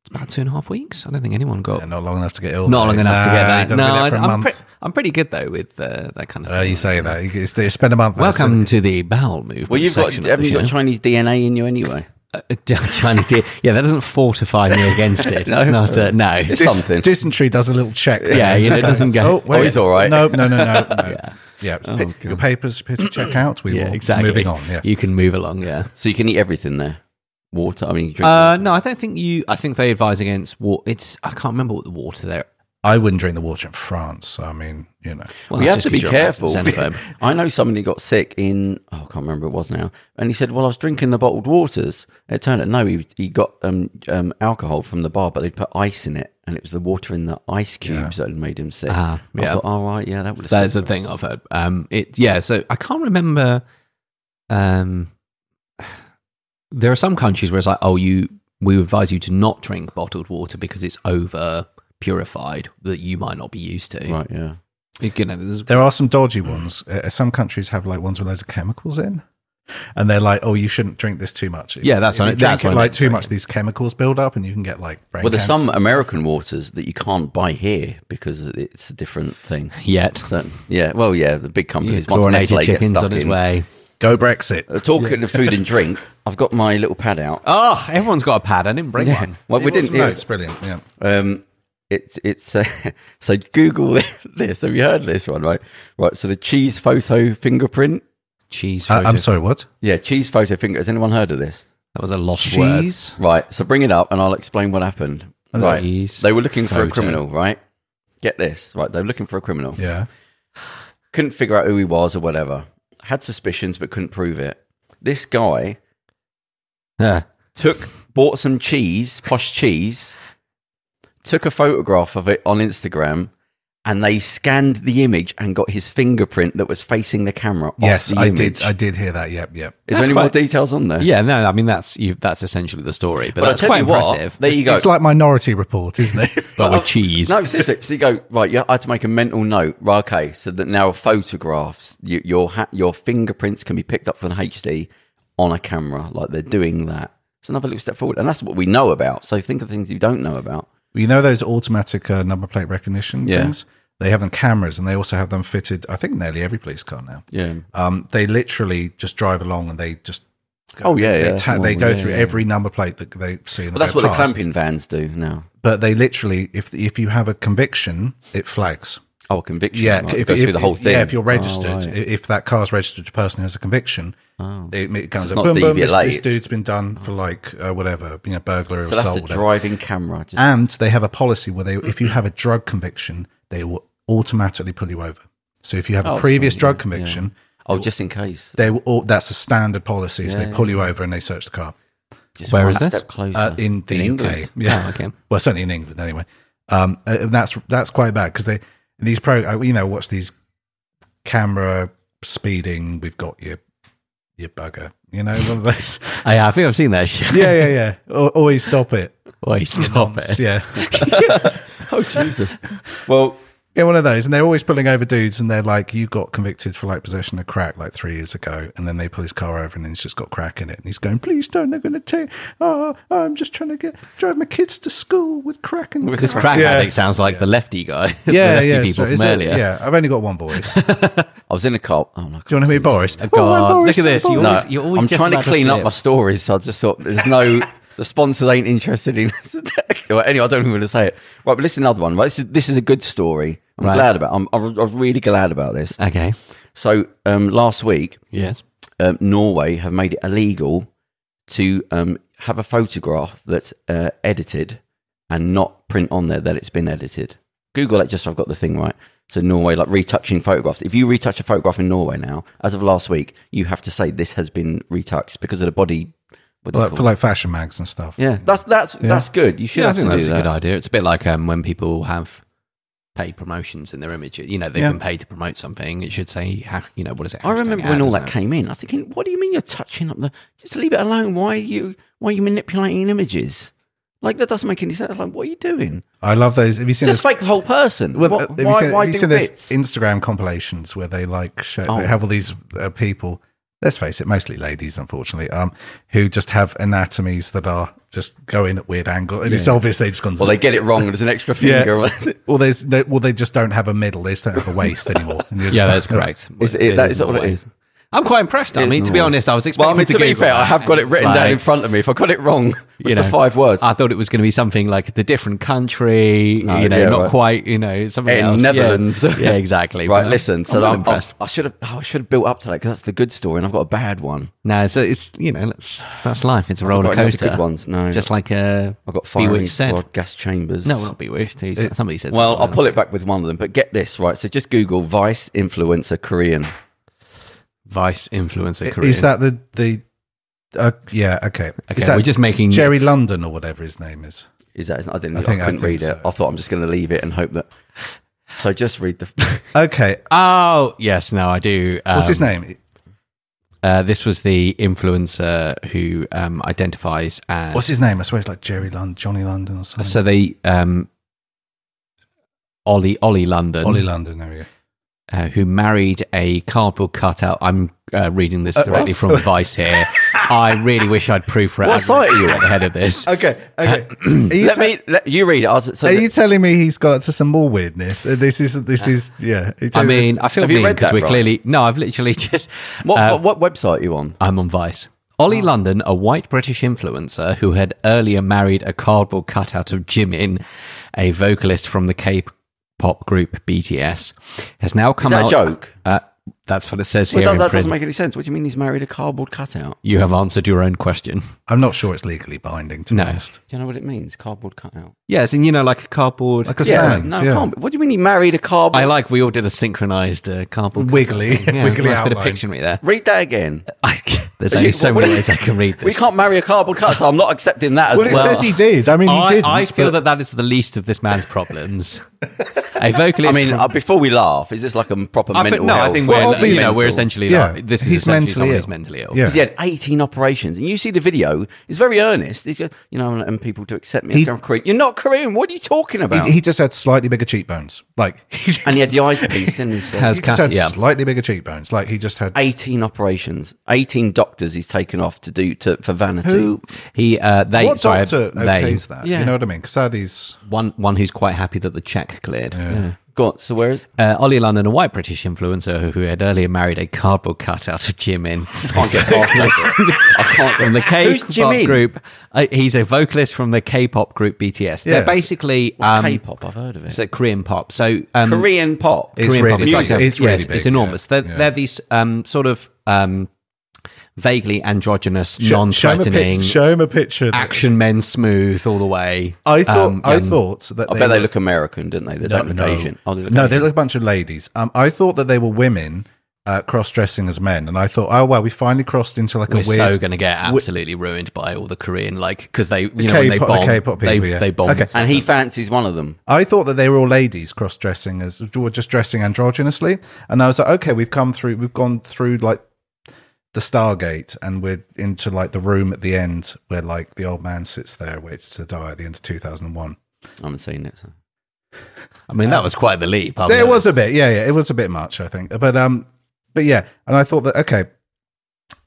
It's about two and a half weeks. I don't think anyone got.
Yeah, not long enough to get ill.
not
mate.
long enough to
Nah,
get
you
that.
gotta
No,
be there
I,
for a
I'm,
month.
pre- I'm pretty good though with uh, that kind of.
Uh,
thing.
you say that. You, it's, you spend a month. there,
Welcome to the bowel movement.
Well, you've got,
section of
haven't
the
you got
show.
Chinese DNA in you anyway?
*laughs* Uh, Chinese tea. Yeah, that doesn't fortify
*laughs*
me against it. no, it's not, uh, no.
It's
Dys-
something.
Dysentery does a little check. there.
Yeah, yeah, it doesn't go-
Oh,
Oh,
wait.
Oh, he's all right.
No, no, no, no. no.
*laughs*
yeah. Pa- your papers, paper check out. We
yeah,
will.
exactly.
Moving on. Yeah.
you can move along. Yeah.
So you can eat everything there. Water. I mean, you drink.
Uh,
water.
no, I don't think you. I think they advise against water. It's I can't remember what the water there.
I wouldn't drink the water in France. So, I mean, you know,
Well,
we have
that's
to be
just 'cause
careful.
you're a xenophobe.
*laughs* I know somebody got sick in oh, I can't remember what it was now, and he said, "Well, I was drinking the bottled waters." It turned out no, he he got um, um, alcohol from the bar, but they would put ice in it, and it was the water in the ice cubes that had made him sick.
Ah,
I
yeah.
thought, all right, yeah, that would
That is
have
a thing I've heard. Um, it yeah. So I can't remember. Um, there are some countries where it's like, oh, you we advise you to not drink bottled water because it's over purified that you might not be used to.
right, yeah.
You know, there's,
there are some dodgy ones. Uh, some countries have like ones with loads of chemicals in, and they're like, oh, you shouldn't drink this too much. If-
Yeah, that's
if
what I-
you
that's
drink it,
what I
like
meant,
too
sorry.
much. These chemicals build up, and you can get like brain.
Well, there's some
cancers.
American waters that you can't buy here because it's a different thing.
Yet.
So, yeah, well, yeah, the big companies. once
Chlorinated
Nestle gets
chickens
stuck
on its
in-
way.
go Brexit.
Uh, Talking of *laughs* food and drink, I've got my little pad out.
Oh, everyone's got a pad. I didn't bring
Yeah.
one.
Well, we
It was-
didn't.
No,
it
it's brilliant. Yeah.
Um, it's it's uh, *laughs* so Google *laughs* this. Have you heard this one? Right, right. So the cheese photo fingerprint.
Cheese.
I,
Photo.
Uh, I'm sorry. What?
Yeah, cheese photo finger. Has anyone heard of this?
That was a lost
Cheese.
Right. So bring it up, and I'll explain what happened.
word.
Right.
Cheese
They were looking for a
photo.
criminal. Right. Get this. Right. They were looking for a criminal.
Yeah.
couldn't figure out who he was or whatever. Had suspicions but couldn't prove it. This guy
Yeah.
took bought some cheese, posh cheese, took a photograph of it on Instagram, and they scanned the image and got his fingerprint that was facing the camera. off
Yes,
the
I
image.
did. I did hear that. Yep. Yep.
Is
That's
there any more
quite-
details on there?
Yeah, no, I mean that's you, that's essentially the story, but
But I
that's
tell
quite
you what,
impressive.
there *laughs* you go.
It's like Minority Report, isn't
*laughs*
it?
but with cheese,
No, seriously. So you go right. Yeah, I had to make a mental note. Right, okay. So that now photographs, you, your ha- your fingerprints can be picked up from HD on a camera. Like they're doing that. It's another little step forward, and that's what we know about. So think of things you don't know about.
you know those automatic uh, number plate recognition
Yeah.
things. They have them cameras, and they also have them fitted. I think nearly every police car now.
Yeah.
Um, they literally just drive along, and they just. Go,
Oh, yeah, yeah,
They,
that's
ta-
the
they
one,
go
yeah,
through
yeah.
every number plate that they see.
But that's what the clamping vans do now.
But they literally, if if you have a conviction, it flags.
Oh, a conviction.
Yeah,
right, goes through the whole thing.
Yeah, if you're registered,
Oh, right.
i- if that car's registered to a person who has a conviction,
Oh.
it, it goes
it's
up,
not
boom, boom. This,
DVLA,
this
it's-
dude's been done for like uh, whatever, you know, burglary or
so that's
assault.
a
whatever.
driving camera. Just,
And they have a policy where they,
*clears throat*
if you have a drug conviction, they will automatically pull you over. So if you have
Oh,
a
that's
previous
right,
drug
yeah,
conviction,
oh, just in case.
they will. All, that's a standard policy. so
Yeah,
they pull you over and they search the car
Just
Where
one
is this?
Step closer.
uh, in the UK.
England.
Yeah.
Oh, okay.
Well, certainly in England anyway. Um, uh, and that's that's quite bad because they these pro uh, you know watch these camera speeding. We've got your your bugger. You know one of those.
Oh, yeah, I think I've seen that. shit.
yeah, yeah, yeah. *laughs* Al- Always stop it.
*laughs* Wait, stop it.
Yeah.
Oh *laughs* Jesus. well,
Yeah, one of those. And they're always pulling over dudes and they're like, You got convicted for like possession of crack like three years ago. And then they pull his car over and he's just got crack in it. And he's going, Please don't, they're going to take, oh, I'm just trying to get, drive my kids to school with crack and
This crack
Yeah.
addict sounds like the lefty guy. *laughs* the
Yeah,
lefty
yeah,
people
so is
from
it-
earlier.
yeah. I've only got one voice. Do
I was in a car. Oh my God.
you want to
*laughs*
meet Boris? Oh,
God,
I'm
look at this.
I'm
You
Boris.
No,
always- you're always
I'm
just
trying to
about to
clean up
slip.
my stories, so I just thought there's
*laughs*
no the sponsors ain't interested in. *laughs* well, anyway, I don't even want to say it. Right, but listen, to another one. Right, this is this is a good story. I'm
Right. Uh.
glad about. I'm I'm I'm really glad about this.
Okay.
So um, last week,
Yes.
um, Norway have made it illegal to um, have a photograph that's uh, edited and not print on there that it's been edited. Google it just so I've got the thing right. So Norway, like retouching photographs. If you retouch a photograph in Norway now, as of last week, you have to say this has been retouched because of the body. What do you
Like,
call
for
it?
like fashion mags and stuff.
yeah, that's that's that's good. You should
Yeah, I
have
think
to
that's
do
a
that.
good idea. It's a bit like um, when people have paid promotions in their image. You know, they've
Yeah.
been paid to promote something. It should say, ha- you know, what is it?
I
Hashtag
remember
ad
when all
or
that
something.
came in. I was thinking, what do you mean you're touching up the? Just leave it alone. Why are you? Why are you manipulating images? Like that doesn't make any sense. Like, what are you doing?
I love those. Have you seen
Just uh,
this?
fake the whole person.
Well,
What-
have you
why
seen,
why
have you
do
seen
bits?
those Instagram compilations where they like show,
Oh.
they have all these uh, people? Let's face it, mostly ladies, unfortunately, um, who just have anatomies that are just going at weird angles, and it's obvious they've just gone.
well, they get it wrong. There's an extra
Yeah.
*laughs* finger.
Or there's they, well, they just don't have a middle. They just don't have a waist anymore. And you're
*laughs* Yeah, that's
just like,
correct.
It's-
It
it- that
is
is what
in a
it
way.
is.
I'm quite impressed. I
It's
mean, to be
normal.
honest, I was expecting
Well, I mean, to be
Google
fair, I
that.
have got it written down
Like,
in front of me. If I got it wrong, with the five words,
I thought it was going to be something like the different country,
No,
you know,
yeah,
not
right.
quite, you know, something
In
else.
*laughs*
Yeah.
Netherlands.
*laughs* Yeah, exactly.
right?
But
listen, so
I'm well
I'm, i
impressed.
I should have, oh, I should have built up to that because that's the good story, and I've got a bad one.
No, so it's you know that's that's life. It's a roller
got any other good
coaster.
ones? No.
just like uh,
I got firing
Bewitched said.
squad, gas chambers.
No, not bewitched. He said- Somebody said.
Well,
something
I'll
like
pull
that.
it back with one of them. But get this right. So just Google Vice influencer Korean.
Vice influencer career.
Is that the the? Uh, yeah, okay.
Okay,
is that
we're just making.
Jerry London or whatever his name is?
Is that? I didn't. I,
I think- I
couldn't
think
read it.
so.
I thought I'm just going to leave it and hope that. So just read the.
Okay,
Oh yes, no, I do. Um,
what's his name?
Uh, this was the influencer who um, identifies as.
What's his name? I swear it's like Jerry London, Johnny London, or something.
so they um, Ollie Ollie London,
Ollie London. There we go.
uh, who married a cardboard cutout. I'm uh, reading this directly
what?
from Vice here. I really wish I'd proofread.
What site are you on?
at the head of this?
Okay,
*clears throat*
okay. Are you,
let
te-
me. Let, you read it. I was, so
are you telling me he's got up to some more weirdness? Uh, This is this is yeah. Are you
I
telling me
mean,
this-
I feel
Have you
mean
read
because
that,
we're
Brian?
clearly no. I've literally just
what, Oh. what website are you on?
I'm on Vice. Ollie London, a white British influencer who had earlier married a cardboard cutout of Jimin, a vocalist from the K-pop group BTS, has now come
that a
out.
joke?
Uh, that's what it says
Well,
here.
that,
in
that
print.
doesn't make any sense. What do you mean he's married a cardboard cutout?
you have answered your own question.
I'm not sure it's legally binding. To be
No.
honest,
Do you know what it means? Cardboard cutout.
Yes, and you know, like a cardboard.
like a
Yeah,
stand.
no,
yeah.
can't. Be. What do you mean he married a cardboard?
I like we all did a synchronized uh, cardboard.
Wiggly,
Yeah,
wiggly
nice bit of
outline.
pictionary there. *laughs*
read that again.
There's
Are
only
you-
so
what-
many ways I
*laughs*
can read this.
We can't marry a cardboard cutout. So I'm not accepting that as
Well, it
well.
says he did. I mean, he
I,
did.
I feel that that is the least of this man's problems.
*laughs*
a
I
vocalist.
mean,
from-
uh, before we laugh, is this like a proper
I think,
mental
no, I
health?
think
Well,
we're, you
obviously-
know, we're essentially
Yeah,
like, this is
he's
essentially
mentally
someone
ill.
who's mentally ill.
Yeah.
Because he had 18 operations. And you see the video, it's very earnest. He's just, you know, and people to accept me.
He-
I'm Korean. You're not Korean. What are you talking about?
He, he just had slightly bigger cheekbones. Like *laughs* he
and he had the eyes pieced and
*laughs*
he said,
Has
just had
cat, yeah.
slightly bigger cheekbones. Like he just had.
18 operations, 18 doctors he's taken off to do to, for vanity.
He, uh, they,
what
sorry,
doctor
they,
okays that?
Yeah.
You know what I mean? Because that is
one, one who's quite happy that the check cleared.
Yeah. Go on. So where is?
Uh, Ollie London, a white British influencer who had earlier married a cardboard cutout
*laughs*
of Jimin
Can't get past that. I can't
from the
Who's
K-pop
Jimin?
group. Uh, he's a vocalist from the K-pop group BTS.
Yeah.
They're basically
What's
um,
K-pop? I've heard of it.
It's a Korean pop. So um,
Korean pop.
It's
Korean
really
pop. It's
big.
like a,
It's
yes,
really big,
It's enormous.
yeah.
They're,
Yeah.
they're these um, sort of um, vaguely androgynous, non-threatening,
Show him a picture. that-
action men, smooth all the way.
I thought.
Um,
I
and-
thought that.
I bet they
were-
look American, don't they? They
no,
don't look Asian. Oh,
No.
they look
no,
Asian.
they look a bunch of ladies. Um, I thought that they were women uh, cross-dressing as men, and I thought, oh well, we finally crossed into like
We're
a weird.
so going to get absolutely ruined by all the Korean, like because they, you know, when they
K-pop-
bomb,
K-pop
they,
people, yeah.
they bomb.
Okay.
and he fancies one of them.
I thought that they were all ladies cross-dressing as or just dressing androgynously, and I was like, okay, we've come through, we've gone through like the Stargate, and we're into like the room at the end where like the old man sits there waits to die at the end of two thousand and one.
I haven't seen it. So.
I mean, that was quite the leap. I'll be
Um, There was
honest.
a bit, yeah, yeah, it was a bit much, I think, but um, but yeah, and I thought that okay.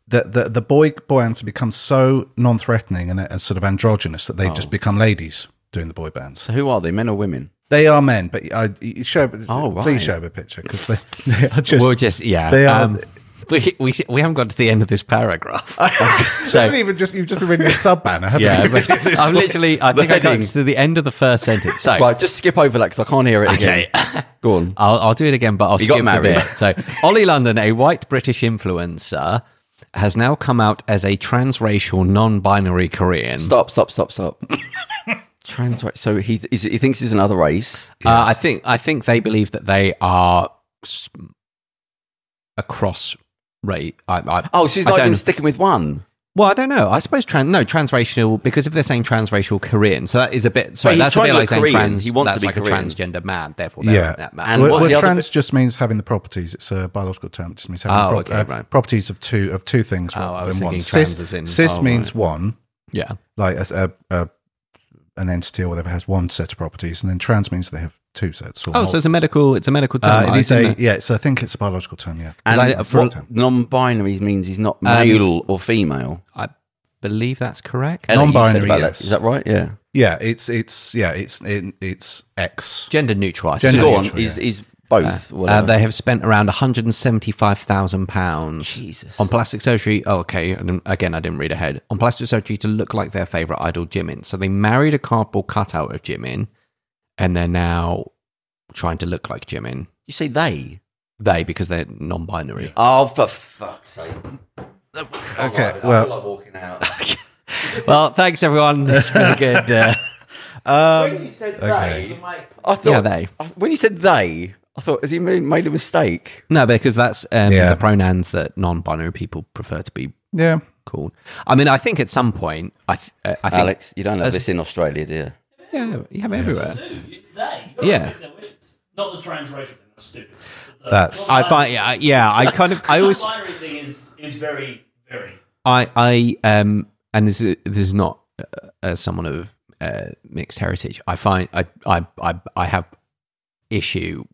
The, the, the boy boy bands become so non-threatening and, and sort of androgynous that they
Oh.
just become ladies doing the boy bands.
So who are they? Men or women?
They are men, but I you show
Oh, right.
please show them a picture because they, *laughs* they are just
We'll just yeah.
They are-
um, we, we we haven't got to the end of
*laughs*
this paragraph. *laughs* so
haven't even just you've just been reading a sub banner. haven't
yeah,
you? *laughs*
but I'm literally. I think I got
heading.
to the end of the first sentence. So
Right, just skip over that because I can't hear it again.
Okay.
Go on.
I'll, I'll do it again, but I'll
You got
skip a
married.
bit.
*laughs*
So, Ollie London, a white British influencer, has now come out as a transracial, non-binary Korean.
Stop, stop, stop, stop. *laughs* Trans right. So he is, he thinks he's another race.
Uh, I think I think they believe that they are s- a cross rate. I, I,
Oh, so he's
I
not
don't-
even sticking with one.
Well, I don't know. I suppose trans no transracial because if they're saying transracial Korean, so that is a bit. Sorry,
he's
that's a
trying
bit
to
like
look
saying
Korean.
trans.
He wants
that's
to be
like
Korean.
a transgender man. Therefore, they
yeah.
yeah, that man.
And
well,
what's
well,
the other
trans just means having the properties. It's a biological term. It just means having
Oh,
the uh,
okay, right.
properties of two of two things
Oh, I
rather
was
than one.
thinking trans
cis
as in-
cis
oh,
means
right.
one,
yeah.
like a, a, a an entity or whatever has one set of properties, and then trans means they have two sets. Or
Oh, so it's
multiple
a medical. It's a medical term.
sets. Uh,
I
it is
didn't know.
a yeah. So I think it's a biological term. Yeah.
And
I- for- Um,
what non-binary means he's not male or female.
I believe that's correct.
Ellie, you said
non-binary,
about that.
yes.
Is that right? Yeah.
Yeah. It's it's yeah. It's it, it's X.
Gender neutral. I
Gender
Go
suppose.
Yeah,
on.
sure,
He's,
yeah.
he's both.
Uh,
whatever.
they have spent around 175,000 pounds
Jesus.
on plastic surgery. Oh, okay. I didn't- again, I didn't read ahead. On plastic surgery to look like their favorite idol, Jimin. So they married a cardboard cutout of Jimin, and they're now trying to look like Jimin.
you say they?
They because they're non-binary.
Oh, for fuck's sake.
Oh,
Okay, well-
like walking
*laughs*
out.
*laughs* Well, thanks everyone. This has been a good. *laughs* Uh,
when you said
okay.
they, I thought
Yeah, they.
I- when you said they, I thought has he made, made a mistake?
no, because that's um,
Yeah.
the pronouns that non-binary people prefer to be
Yeah.
called. I mean, I think at some point, I, th- uh, I think,
Alex, you don't have
As-
this in Australia, do you?
yeah, you have everywhere.
Dude, it's they. You've got
Yeah.
to take their wishes. Not the transracial thing. That's stupid. But the-
That's-
well,
I find, yeah, I- yeah, I kind of, I
the
always,
binary thing is is very very.
I, I, um, and this is, this is not uh, uh, someone of uh, mixed heritage. I find, I, I, I, I have issue.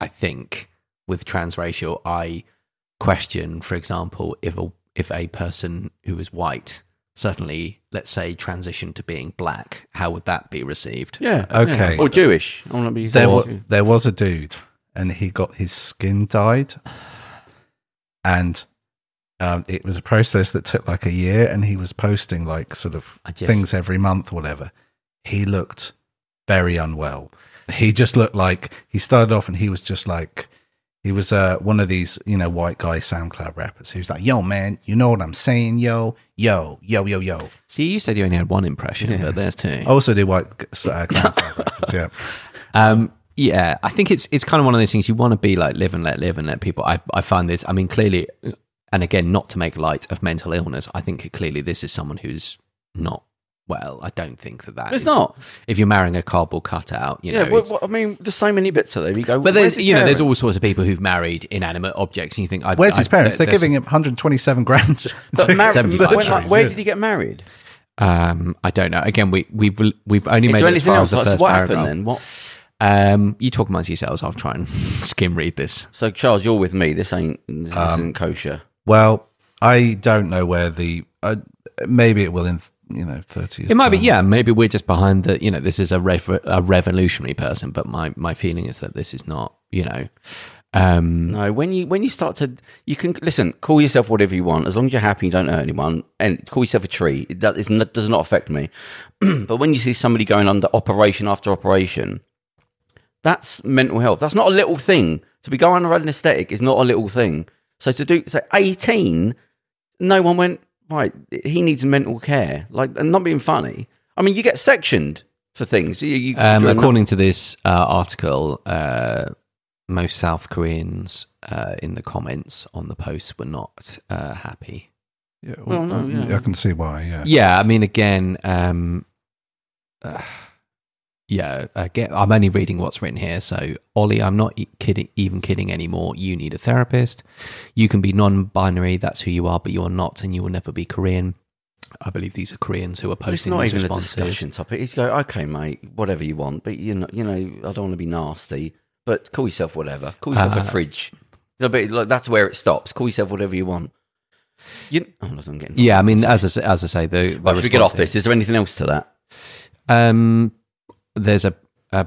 I think with transracial, I question, for example, if a if a person who is white suddenly, let's say, transitioned to being black, how would that be received?
Yeah.
Okay.
Or Jewish. I want to be.
There, wa- there was a dude, and he got his skin dyed, and um, it was a process that took like a year. And he was posting like sort of
I just-
things every month, or whatever. He looked very unwell. He just looked like he started off, and he was just like he was uh, one of these you know white guy SoundCloud rappers. He was like, "Yo, man, you know what I'm saying, yo, yo, yo, yo, yo."
See, you said you only had one impression, but there's two.
I also do white
*laughs*
uh, SoundCloud rappers. Yeah.
Um, yeah, I think it's it's kind of one of those things you want to be like live and let live and let people. I I find this. I mean, clearly, uh, and again, not to make light of mental illness. I think clearly this is someone who's not well. I don't think that that
It's
is-
not.
If you're marrying a cardboard cutout, you
Yeah.
know.
well,
it's-
well, I mean, there's so many bits of there. You go, where's
but there's
his
you know there's
parents?
all sorts of people who've married inanimate objects, and you think I,
Where's
I-
his parents?
there-
They're giving
there's-
him 127 grand.
*laughs*
But mar-
Seventy
but
five
when- like,
times,
where
yeah.
did he get married?
Um, I don't know. Again, we we've we've only
Is
made
there
it as
anything
far
else?
as the
Like, so
first
what
paragraph.
happened then? What?
Um, you talk amongst yourselves. I'll try and *laughs* skim read this.
So Charles, you're with me. This ain't this
Um,
isn't kosher.
Well, I don't know where the. Uh, maybe it will in you know thirty years.
It might be,
time.
yeah. Maybe we're just behind the, you know, this is a, rev- a revolutionary person, but my, my feeling is that this is not, you know, um,
No, when you when you start to you can listen, call yourself whatever you want as long as you're happy, you don't hurt anyone, and call yourself a tree. It does, it's not, does not affect me. *clears throat* but when you see somebody going under operation after operation, that's mental health. That's not a little thing. To be going under an aesthetic is not a little thing. So to do so, eighteen, no one went right. He needs mental care. Like, and not being funny. I mean, you get sectioned for things. You, you,
um,
you're a nut-
according to this uh, article, uh, most South Koreans uh, in the comments on the post were not uh, happy.
Yeah,
Well, no, yeah.
I can see why. Yeah.
Yeah, I mean, again, um, uh, yeah, I get, I'm only reading what's written here. So, Ollie, I'm not e- kidding, even kidding anymore. You need a therapist. You can be non-binary. That's who you are, but you are not, and you will never be Korean. I believe these are Koreans who are
But it's
posting
not
these
even
responses.
a discussion topic. It's go, okay, mate, whatever you want, but you know, you know, I don't want to be nasty, but call yourself whatever. Call yourself
Ah.
a fridge. No, but like, that's where it stops. Call yourself whatever you want. You, oh, no, I'm getting.
Yeah, I mean, as I, s- as I say, the, the
Right, should we get
response
off this? Is there anything else to that?
Um, there's a, a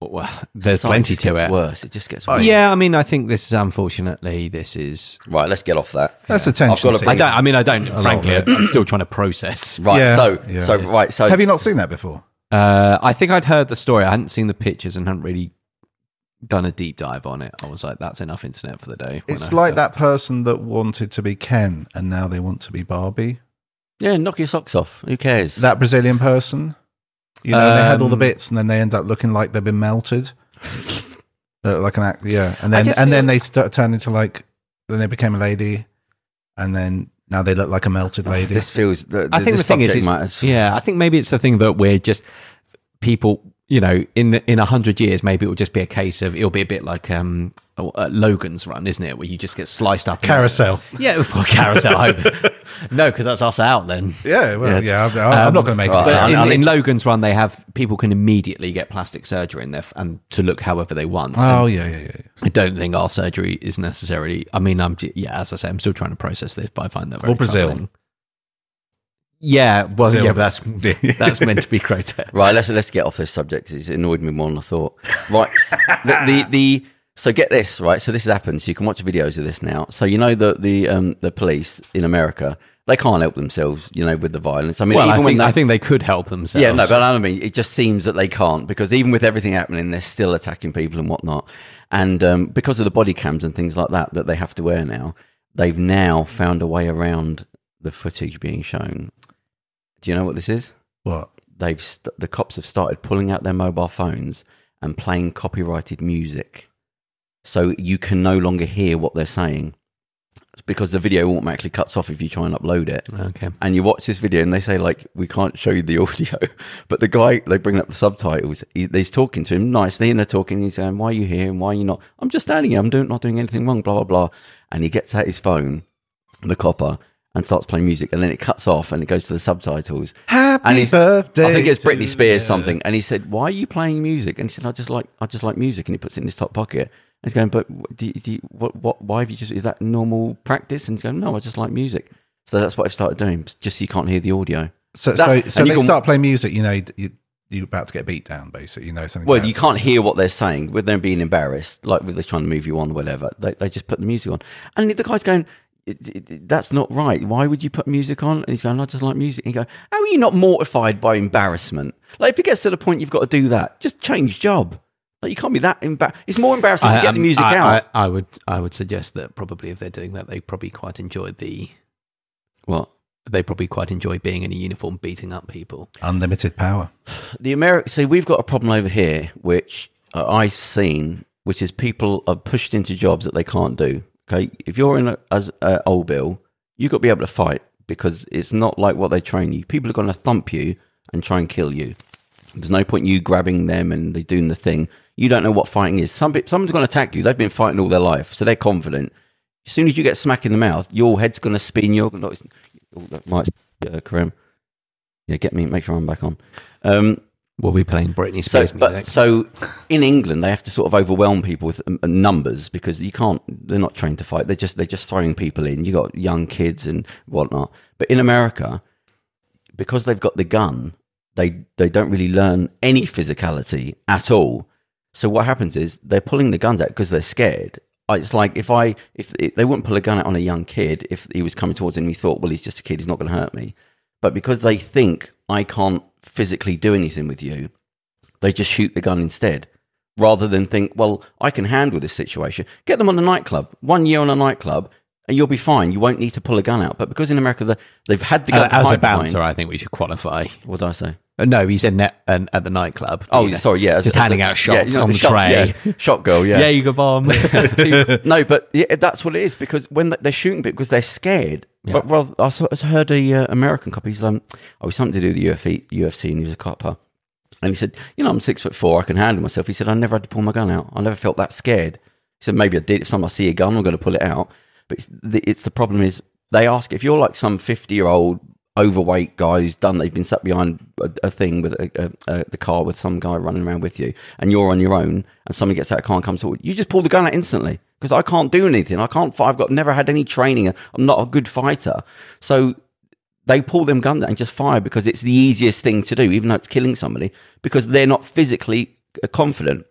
well, there's
Society
plenty
just
to
gets
it. Oh,
Worse, it just gets worse.
Yeah, I mean, I think this is unfortunately this is
Right, let's get off that.
That's
I've got
attention.
a-
seeking.
I don't. I mean, I don't.
lot
Frankly,
of
I'm still trying to process.
Right,
Yeah.
so
Yeah.
so right, so
Have you not seen that before?
Uh, I think I'd heard the story. I hadn't seen the pictures and hadn't really done a deep dive on it. I was like, "That's enough internet for the day." When
It's
I-
like that person that wanted to be Ken and now they want to be Barbie.
yeah, knock your socks off. Who cares?
That Brazilian person. You know, they had all the
Um,
bits and then they end up looking like they've been
*laughs*
melted. Uh, like an act, yeah. And then
just
and
feel-
then they st- turned into like then they became a lady, and then now they look like a melted lady.
Oh, this feels. The,
I think the
this
thing is,
subject
is-
matters.
yeah, I think maybe it's the thing that we're just people. You know, in in a hundred years, maybe it will just be a case of it'll be a bit like um oh, uh, Logan's Run, isn't it, where you just get sliced up.
*laughs*
*laughs*
in-
Carousel.
Yeah, well, carousel. I hope. *laughs* no, because that's us out then.
Yeah, well, yeah. I'm, I'm
Um,
not going to make
right.
it.
But-
But
I'll-
in,
I'll-
in Logan's run, they have people can immediately get plastic surgery in their f- and to look however they want.
Oh yeah, yeah, yeah.
I don't think our surgery is necessarily. I mean, I'm j- yeah, as I say, I'm still trying to process this, but I find that very
Or Brazil.
troubling. Yeah, well,
Brazil.
yeah,
*laughs*
but that's that's meant to be great.
*laughs* Right, let's let's get off this subject. 'cause It's annoyed me more than I thought. Right, s- the, the the So get this right. So this has happened. So you can watch videos of this now. So you know the the um, the police in America they can't help themselves. You know with the violence. I mean,
Well, I
even when
think,
they,
I think they could help themselves.
yeah, no, but I mean, it just seems that they can't because even with everything happening, they're still attacking people and whatnot. And um, because of the body cams and things like that that they have to wear now, they've now found a way around the footage being shown. Do you know what this is?
What?
They've st- the cops have started pulling out their mobile phones and playing copyrighted music, so you can no longer hear what they're saying. It's because the video automatically cuts off if you try and upload it
okay.
and you watch this video and they say like we can't show you the *laughs* audio but the guy they bring up the subtitles he, he's talking to him nicely and they're talking he's saying why are you here and why are you not i'm just standing here i'm doing, not doing anything wrong blah blah blah and he gets out his phone the copper and starts playing music and then it cuts off and it goes to the subtitles
Happy
and he's-
birthday.
I think it's Britney
to-
Spears
Yeah.
something. And he said, "Why are you playing music?" And he said, "I just like I just like music." And he puts it in his top pocket. And he's going, "But wh- do you, do you, what what why have you just is that normal practice?" And he's going, "No, I just like music." So that's what I've started doing. Just so you can't hear the audio.
So, so,
That's-
so
and
they
you can-
start playing music. You know, you, you're about to get beat down. Basically, you know something.
Well,
bad's
you can't hear what they're saying with them being embarrassed, like with they trying to move you on, whatever. They they just put the music on, and the guy's going. "It- it- That's not right. Why would you put music on? And he's going, I just like music. And you go, How are you not mortified by embarrassment? Like, if it gets to the point you've got to do that, just change job. Like, you can't be that embarrassed. It's more embarrassing to get
um,
the music
I-
out.
I, I would I would suggest that probably if they're doing that, they probably quite enjoy the
what?
they probably quite enjoy being in a uniform beating up people.
unlimited power.
the Ameri- see we've got a problem over here which uh, I've seen which is people are pushed into jobs that they can't do okay if you're in a, as a old bill you've got to be able to fight because it's not like what they train you people are going to thump you and try and kill you there's no point you grabbing them and they doing the thing you don't know what fighting is Some, pe- someone's going to attack you they've been fighting all their life so they're confident as soon as you get smack in the mouth your head's going to spin your no, it's- oh, that might uh, Karim. yeah get me make sure I'm back on um
We'll be playing Britney
so,
Spears
but,
music.
so in England, they have to sort of overwhelm people with um, numbers because you can't. They're not trained to fight. They're just they're just throwing people in. You got young kids and whatnot. But in America, because they've got the gun, they they don't really learn any physicality at all. So what happens is they're pulling the guns out because they're scared. I- It's like if I if if they wouldn't pull a gun out on a young kid if he was coming towards him, he thought, well, he's just a kid, he's not going to hurt me. But because they think I can't physically do anything with you, they just shoot the gun instead rather than think, well, I can handle this situation. Get them on a nightclub, one year on a nightclub, and you'll be fine. You won't need to pull a gun out. But because in America they- they've had the gun
Uh,
to
as a
hide behind-
bouncer, I think we should qualify.
What did I say?
Uh, No, he's in net, an, at the nightclub.
Oh,
You know,
sorry, yeah, as-
just
as a-
handing out shots
yeah, you know,
on the
shots,
tray.
yeah. *laughs* Shot girl, yeah,
you
*laughs*
go bomb.
no, but yeah, that's what it is because when they- they're shooting people because they're scared. But rather, I saw- I heard a uh, American cop. He's um, oh, it's something to do with the UFC, UFC, and he was a copper. And he said, you know, I'm six foot four, I can handle myself. He said, I never had to pull my gun out. I never felt that scared. He said, maybe I did. If someone I see a gun, I'm going to pull it out. But it's the, it's the problem is they ask if you're like some fifty year old overweight guy who's done. They've been sat behind a, a thing with a, a, a, the car with some guy running around with you, and you're on your own, and someone gets out of the car and comes forward. You just pull the gun out instantly because I can't do anything. I can't. fight. I've got never had any training. I'm not a good fighter. So they pull them guns out and just fire because it's the easiest thing to do, even though it's killing somebody, because they're not physically uh, confident.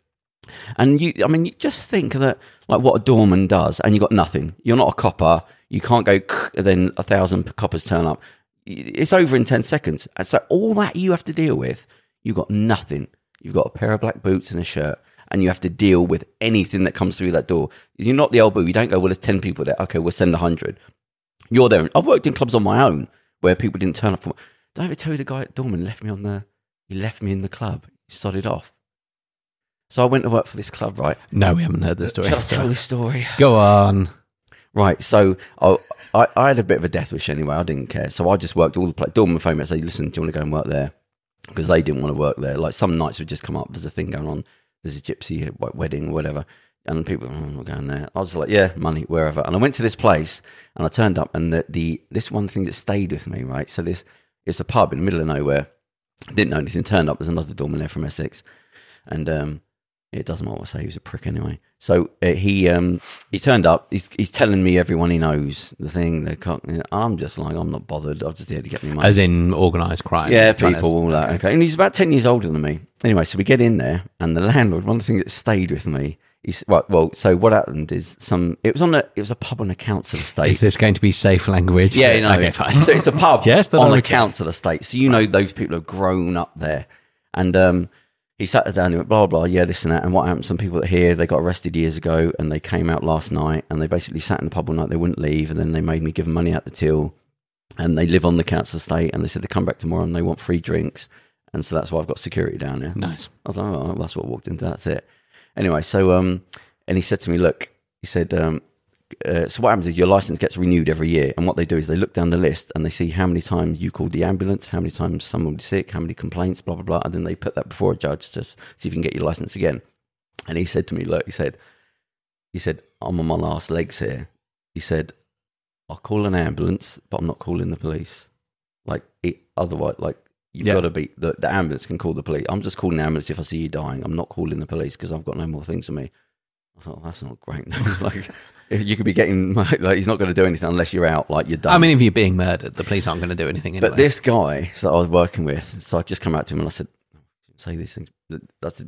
And you, I mean, you just think that like what a doorman does, and you got nothing. You're not a copper. You can't go. And then a thousand coppers turn up. It's over in ten seconds. And so all that you have to deal with, you got nothing. You've got a pair of black boots and a shirt, and you have to deal with anything that comes through that door. You're not the elbow. You don't go. Well, there's ten people there. Okay, we'll send a hundred. You're there. I've worked in clubs on my own where people didn't turn up for. Don't I ever tell you the guy at Dorman left me on the. He left me in the club. He sodded off. So I went to work for this club, right?
no, we haven't heard the story.
Shall I tell this story? *laughs*
Go on.
Right. So I, I, I had a bit of a death wish anyway. I didn't care. So I just worked all the place. Dorman phoned me and said, listen, do you want to go and work there? Because they didn't want to work there. Like some nights would just come up. There's a thing going on. There's a gypsy we- wedding or whatever. And people, oh, I'm not going there. I was like, yeah, money, wherever. And I went to this place and I turned up and the, the this one thing that stayed with me, right? So this it's a pub in the middle of nowhere. Didn't know anything. Turned up. There's another doorman there from Essex. And um, it doesn't matter what I say. He was a prick anyway. So uh, he um, he turned up. He's he's telling me everyone he knows the thing. The cock. and I'm just like I'm not bothered. I'm just here to get me money.
As in organised crime.
yeah,
Trying to-
people, all that. Okay, and he's about ten years older than me. Anyway, so we get in there, and the landlord. One thing that stayed with me He's, right, well, so what happened is some. It was on a. It was a pub on a council estate.
Is this going to be safe
*laughs*
language?
Yeah, you know.
Okay, fine.
So it's a pub
*laughs* Yes, that
on
I
a
would get.
council estate. So you know those people have grown up there. And um, he sat us down and he went, blah, blah, yeah, this and that. And what happened? Some people that are here, they got arrested years ago and they came out last night and they basically sat in the pub all night. They wouldn't leave. And then they made me give them money out the till. And they live on the council estate. And they said they come back tomorrow and they want free drinks. And so that's why I've got security down there.
Nice.
I was like, oh, well, that's what I walked into. That's it. Anyway, so um, and he said to me, look, he said, um, uh, so what happens is your license gets renewed every year, and what they do is they look down the list and they see how many times you called the ambulance, how many times someone's sick, how many complaints, blah blah blah, and then they put that before a judge to s- see if you can get your license again. And he said to me, look, he said, he said, I'm on my last legs here. He said, I'll call an ambulance, but I'm not calling the police. Like, it, otherwise, like, you've
Yeah.
got to be, the, the ambulance can call the police. I'm just calling the ambulance if I see you dying. I'm not calling the police because I've got no more things on me. I thought, that's not great *laughs* news. like, if you could be getting, *laughs* like, he's not going to do anything unless you're out, like, you're done.
I mean, if you're being murdered, the police aren't going to do anything anyway.
But this guy that I was working with, so I just come out to him and I said, "Say these things. That's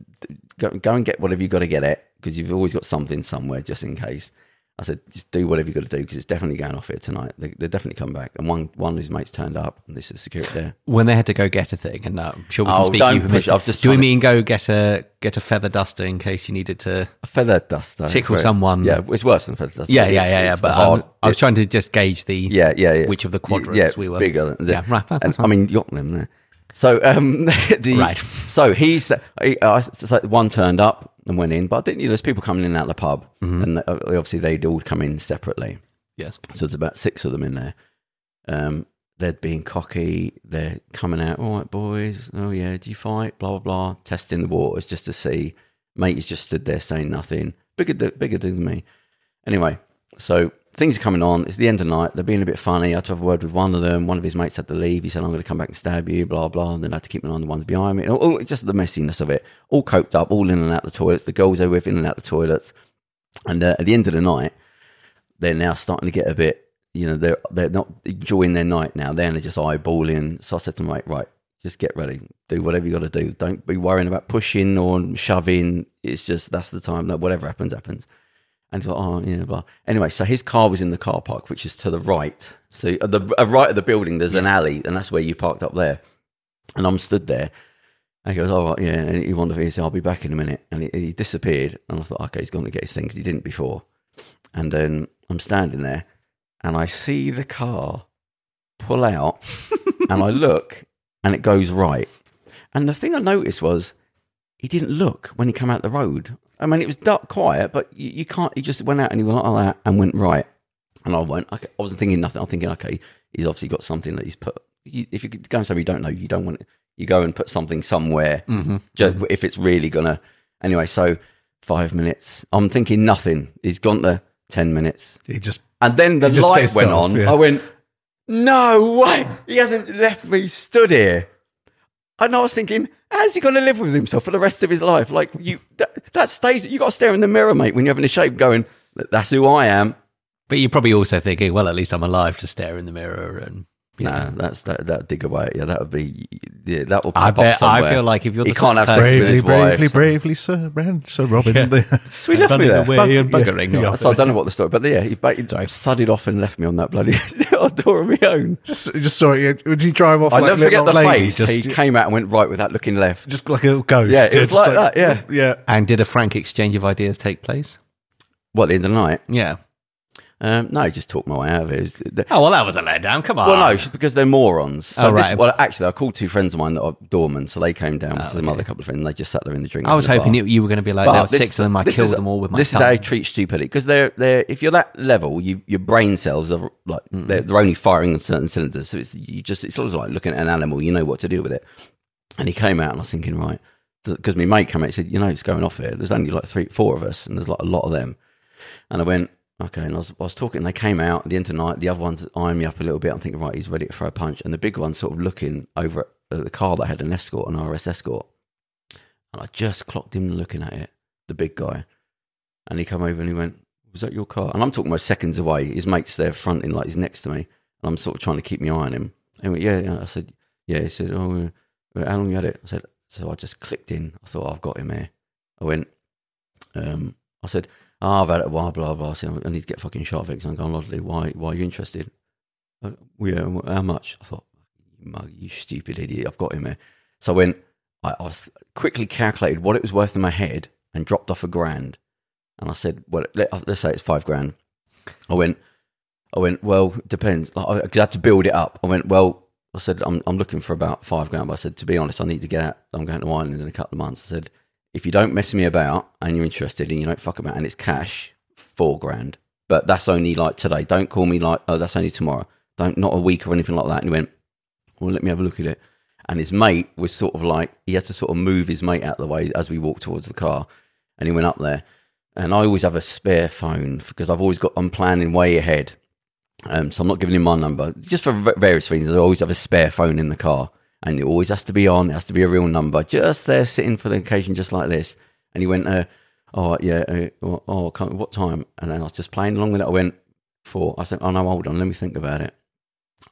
go, go and get whatever you got to get it because you've always got something somewhere just in case." I said, "Just do whatever you got to do because it's definitely going off here tonight. They, they're definitely coming back." And one one of his mates turned up, and this is security there.
when they had to go get a thing, and uh, I'm sure we can
Oh,
speak
don't
euphemistically.
push it. I've just
do we
tried to-
mean go get a get a feather duster in case you needed to?
A feather duster. it's
Tickle
where-
someone.
Yeah, it's worse than feather duster.
Yeah, yeah,
It's-
yeah, yeah.
it's the
But
hard-
um, I was
it's-
trying to just gauge the
yeah, yeah, yeah.
which of the
Y-
quadrants
yeah,
we were
bigger than
Yeah, right, that-
And,
that's
I mean, Jotlin there. So um, *laughs* the
Right.
So he's he, uh, so one turned up and went in, but didn't you? There's people coming in and out of the pub,
Mm-hmm.
and uh, obviously they'd all come in separately.
Yes,
So there's about six of them in there. Um, they're being cocky. They're coming out, all right, boys. Oh, yeah, do you fight? Blah, blah, blah. Testing the waters just to see. Mate is just stood there saying nothing. Bigger, d- bigger dude than me. Anyway, so things are coming on. It's the end of the night. They're being a bit funny. I had to have a word with one of them. One of his mates had to leave. He said, I'm going to come back and stab you, blah, blah. And then I had to keep an eye on the ones behind me. And all, all- just the messiness of it. All coped up, all in and out the toilets. The girls they're with in and out the toilets. And uh, at the end of the night, they're now starting to get a bit, you know, they're they're not enjoying their night now. They're just eyeballing. So I said to my mate, right, just get ready, do whatever you got to do. Don't be worrying about pushing or shoving. It's just that's the time that whatever happens happens. And he's like, oh, yeah, blah. Anyway, so his car was in the car park, which is to the right. So at the at right of the building, there's an alley, and that's where you parked up there. And I'm stood there. And he goes, all right, yeah. And he wandered. He said, I'll be back in a minute. And he, he disappeared. And I thought, okay, he's gone to get his things. He didn't before. And then I'm standing there and I see the car pull out and I look and it goes right. And the thing I noticed was he didn't look when he came out the road. I mean, it was dark, quiet, but you, you can't, he just went out and he went like that and went right. And I went, okay, I wasn't thinking nothing. I'm thinking, okay, he's obviously got something that he's put. You, if you go and say you don't know, you don't want it. You go and put something somewhere ju- if it's really gonna. Anyway, so five minutes. I'm thinking nothing. He's gone to ten minutes.
He just
And then the
He just
light
pissed
went
off,
on.
yeah.
I went, no way. He hasn't left me stood here. And I was thinking, how's he going to live with himself for the rest of his life? Like, you, that, that stays, you got to stare in the mirror, mate, when you're having a shave going, that's who I am.
but you're probably also thinking, well, at least I'm alive to stare in the mirror. And
Nah, that's that. That dig away. Yeah, that would be. Yeah, that will. Pop
I bet-
Up somewhere.
I feel like if you're
he
the
can't have
sort of
sex with
bravely,
his
bravely,
wife.
bravely, Sir, ran, Sir Robin.
*laughs*
the-
So he left me
running
there.
away
Bug-
and
yeah,
buggering.
yeah.
off.
So I don't know what the story, but yeah, he, ba- he sodded off and left me on that bloody *laughs* door of my own.
*laughs* just, just saw it. Would he drive off?
I
like
never forget the
little lady,
face. he came out and went right without looking left.
just like a little ghost.
Yeah, it was
just
like that, yeah.
yeah.
And did a frank exchange of ideas take place?
Well, at the end of the night,
Yeah.
um, no, he just talked my way out of it. It was- the-
Oh well, that was a letdown. Come on.
well, no, it's because they're morons. So
Oh,
this-
right. Oh,
well, actually, I called two friends of mine that are doormen, so they came down with some
okay.
other couple of friends. and They just sat there in the drink.
I was
in the
hoping
bar.
you, you were going to be like there were
this-
six of them. I
this
killed
is-
them all with my
This
tongue.
is how you treat stupidity because they're they're if you're that level, you, your brain cells are like
Mm-hmm.
they're, they're only firing on certain cylinders. So it's you just it's sort of like looking at an animal. You know what to do with it. And he came out, and I was thinking, right, because my mate came out. He said, you know, it's going off here. There's only like three, four of us, and there's like a lot of them. And I went, okay. And I was, I was talking, and they came out at the end of the night. The other ones eyeing me up a little bit. I'm thinking, right, he's ready to throw a punch. And the big one's sort of looking over at the car that had an escort, an RS escort. And I just clocked him looking at it, the big guy. And he come over and he went, Was that your car? And I'm talking about seconds away. His mate's there fronting, like he's next to me. And I'm sort of trying to keep my eye on him. And he went, Yeah. yeah. I said, Yeah. He said, Oh, uh, how long you had it? I said, So I just clicked in. I thought, I've got him here. I went, um, I said, oh, I've had it a while, blah, blah. I said, I need to get a fucking shot of it because I'm going, Lodley, why, why are you interested? Uh, well, yeah, well, how much? I thought, "You mug, you stupid idiot, I've got him here. So I went, I, I was, quickly calculated what it was worth in my head and dropped off a grand. And I said, well, let, let's say it's five grand. I went, I went, well, depends. Like, I, 'cause I had to build it up. I went, well, I said, I'm, I'm looking for about five grand. But I said, to be honest, I need to get out. I'm going to Ireland in a couple of months. I said, if you don't mess me about and you're interested and you don't fuck about and it's cash, four grand. But that's only like today. Don't call me like, oh, that's only tomorrow. Don't, not a week or anything like that. And he went, well, let me have a look at it. And his mate was sort of like, he had to sort of move his mate out of the way as we walked towards the car. And he went up there. And I always have a spare phone because I've always got, I'm planning way ahead. Um, so I'm not giving him my number just for v- various reasons. I always have a spare phone in the car, and it always has to be on. It has to be a real number, just there sitting for the occasion, just like this. And he went, uh, "Oh yeah, uh, oh, oh can't, what time?" And then I was just playing along with it. I went four. I said, "Oh no, hold on, let me think about it.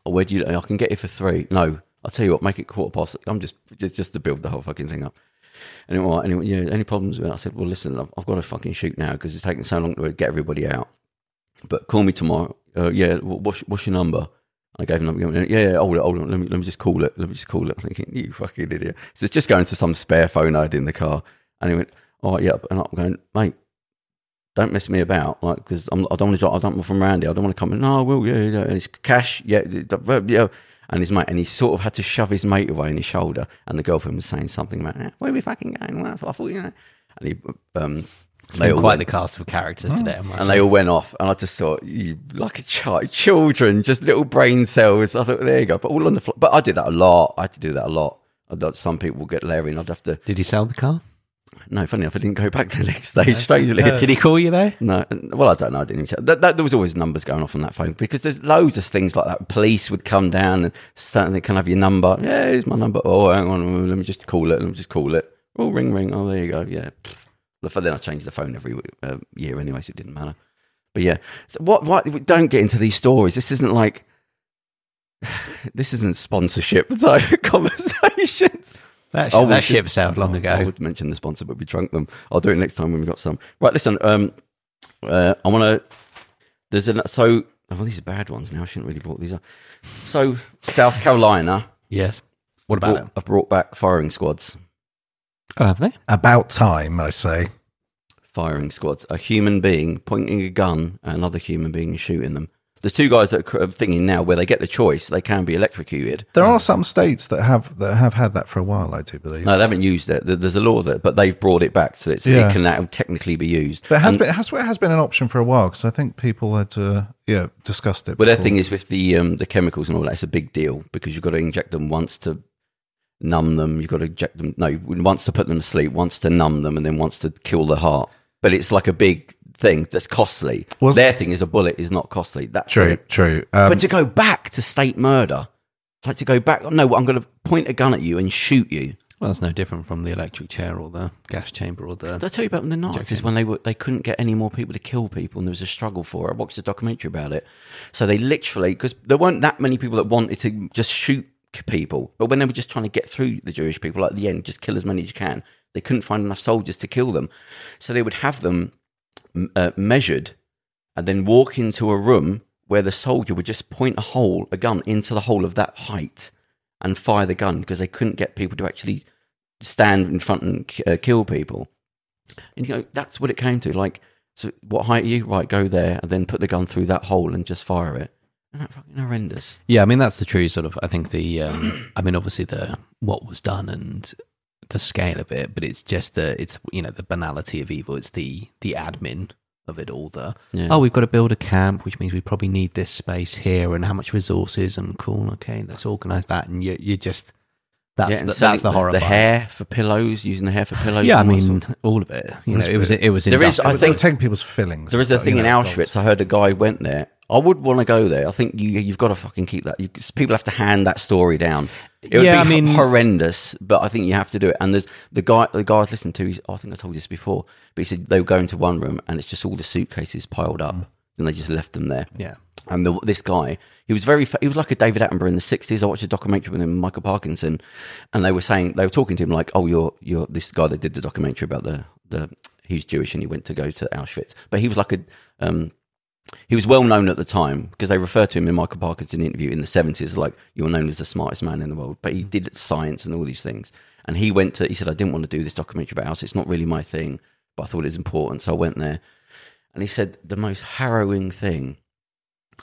Oh, where do you? I can get it for three. No, I'll tell you what, make it quarter past. I'm just just, just to build the whole fucking thing up." And he went, "All right." And he went, "Yeah, any problems?" with it?" I said, "Well, listen, I've, I've got to fucking shoot now because it's taking so long to get everybody out." but call me tomorrow. Uh, yeah, wh- what's, what's your number? I gave him number. He went, Yeah, yeah, hold it, hold on. Let me, let me just call it. Let me just call it. I'm thinking, you fucking idiot. So it's just going to some spare phone I had in the car. And he went, all right, yeah. And I'm going, mate, don't mess me about. Like, because I don't want to drive. I don't want from around here. I don't want to come in. No, I will. Yeah, yeah. And it's cash. Yeah, yeah. And his mate, and he sort of had to shove his mate away on his shoulder. And the girlfriend was saying something about, "Eh, where are we fucking going? Well, I thought, you know. And he, um,
It's
they
been
all
quite
went-
the cast of characters today. I must
Oh. and
say.
they all went off, and I just thought, you like a child, children, just little brain cells. I thought, there you go. But all on the fly. But I did that a lot. I had to do that a lot. I thought some people would get leery, and I'd have to.
Did he sell the car?
No, funny enough, I didn't go back the next stage. Strangely,
*laughs* Did he call you though?
no, well, I don't know. I didn't. Even check. That, that, there was always numbers going off on that phone because there's loads of things like that. Police would come down and certainly can I have your number. Yeah, here's my number. Oh, hang on, let me just call it. Let me just call it. Oh, ring, ring. Oh, there you go. Yeah. Pfft. The f- Then I changed the phone every uh, year anyway, so it didn't matter. But yeah, so what? What? Don't get into these stories. This isn't like *sighs* this isn't sponsorship *laughs* type conversations.
That, sh-
Oh, we
that
should-
ship sailed long ago.
I would mention the sponsor, but we drunk them. I'll do it next time when we've got some. Right, listen. Um, uh, I want to. There's a so. Oh, these are bad ones now. I shouldn't really brought these up. So South Carolina,
Yes. What about
brought,
them?
have brought back firing squads.
Oh, have they?
About time, I say.
Firing squads. A human being pointing a gun at another human being and shooting them. There's two guys that are thinking now where they get the choice. They can be electrocuted.
There are some states that have that have had that for a while. I do believe.
No, they haven't used it. There- There's a law that, but they've brought it back, so it's,
Yeah.
it can now technically be used.
But it has
And-
been it has, it has been an option for a while because I think people had uh, yeah discussed it.
Well, their
before.
thing is with the um, the chemicals and all that. It's a big deal because you've got to inject them once to numb them. You've got to inject them. No, once to put them to sleep, once to numb them, and then once to kill the heart. But it's like a big thing that's costly.
Was-
their thing is a bullet is not costly. That's
true,
it.
true. Um,
but to go back to state murder, like to go back. No, I'm going to point a gun at you and shoot you.
Well, it's no different from the electric chair or the gas chamber or the.
Did I tell you about the Nazis when they were they couldn't get any more people to kill people and there was a struggle for it? I watched a documentary about it. So they literally because there weren't that many people that wanted to just shoot k- people, but when they were just trying to get through the Jewish people at the end, just kill as many as you can. They couldn't find enough soldiers to kill them, so they would have them m- uh, measured and then walk into a room where the soldier would just point a hole, a gun into the hole of that height and fire the gun because they couldn't get people to actually stand in front and k- uh, kill people. And you know, that's what it came to. Like, so what height are you? Right, go there and then put the gun through that hole and just fire it. And that fucking horrendous.
Yeah, I mean that's the true sort of. I think the. Um, I mean, obviously the what was done and the scale of it, but it's just the it's you know the banality of evil. It's the the admin of it all. The
Yeah.
oh, we've got to build a camp, which means we probably need this space here and how much resources and cool. Okay, let's organize that, and you you just that's
and
the,
selling
that's the horror.
The
part.
hair for pillows, using the hair for pillows.
Yeah, I
and all that
mean
sort of-
all of it. You know,
It's
it was it was.
There is- I
I
industrial.
think-
think taking people's fillings.
there is a
and stuff,
thing
you
in
know,
Auschwitz. I heard a guy went there. I would want to go there. I think you you've got to fucking keep that. You, people have to hand that story down. It would
Yeah,
be
I mean-
horrendous, but I think you have to do it. And there's the guy. The guy I was listening to. He's, I think I told you this before, but he said they were going to one room and it's just all the suitcases piled up, and they just left them there.
yeah.
And the, this guy, he was very, fa- he was like a David Attenborough in the '60s. I watched a documentary with him, Michael Parkinson, and they were saying they were talking to him like, "Oh, you're you're this guy that did the documentary about the the who's Jewish and he went to go to Auschwitz. But he was like a um, he was well known at the time because they referred to him in Michael Parker's interview in the seventies like you were known as the smartest man in the world. But he did science and all these things. And he went to he said I didn't want to do this documentary about Auschwitz. It's not really my thing, but I thought it was important, so I went there. And he said the most harrowing thing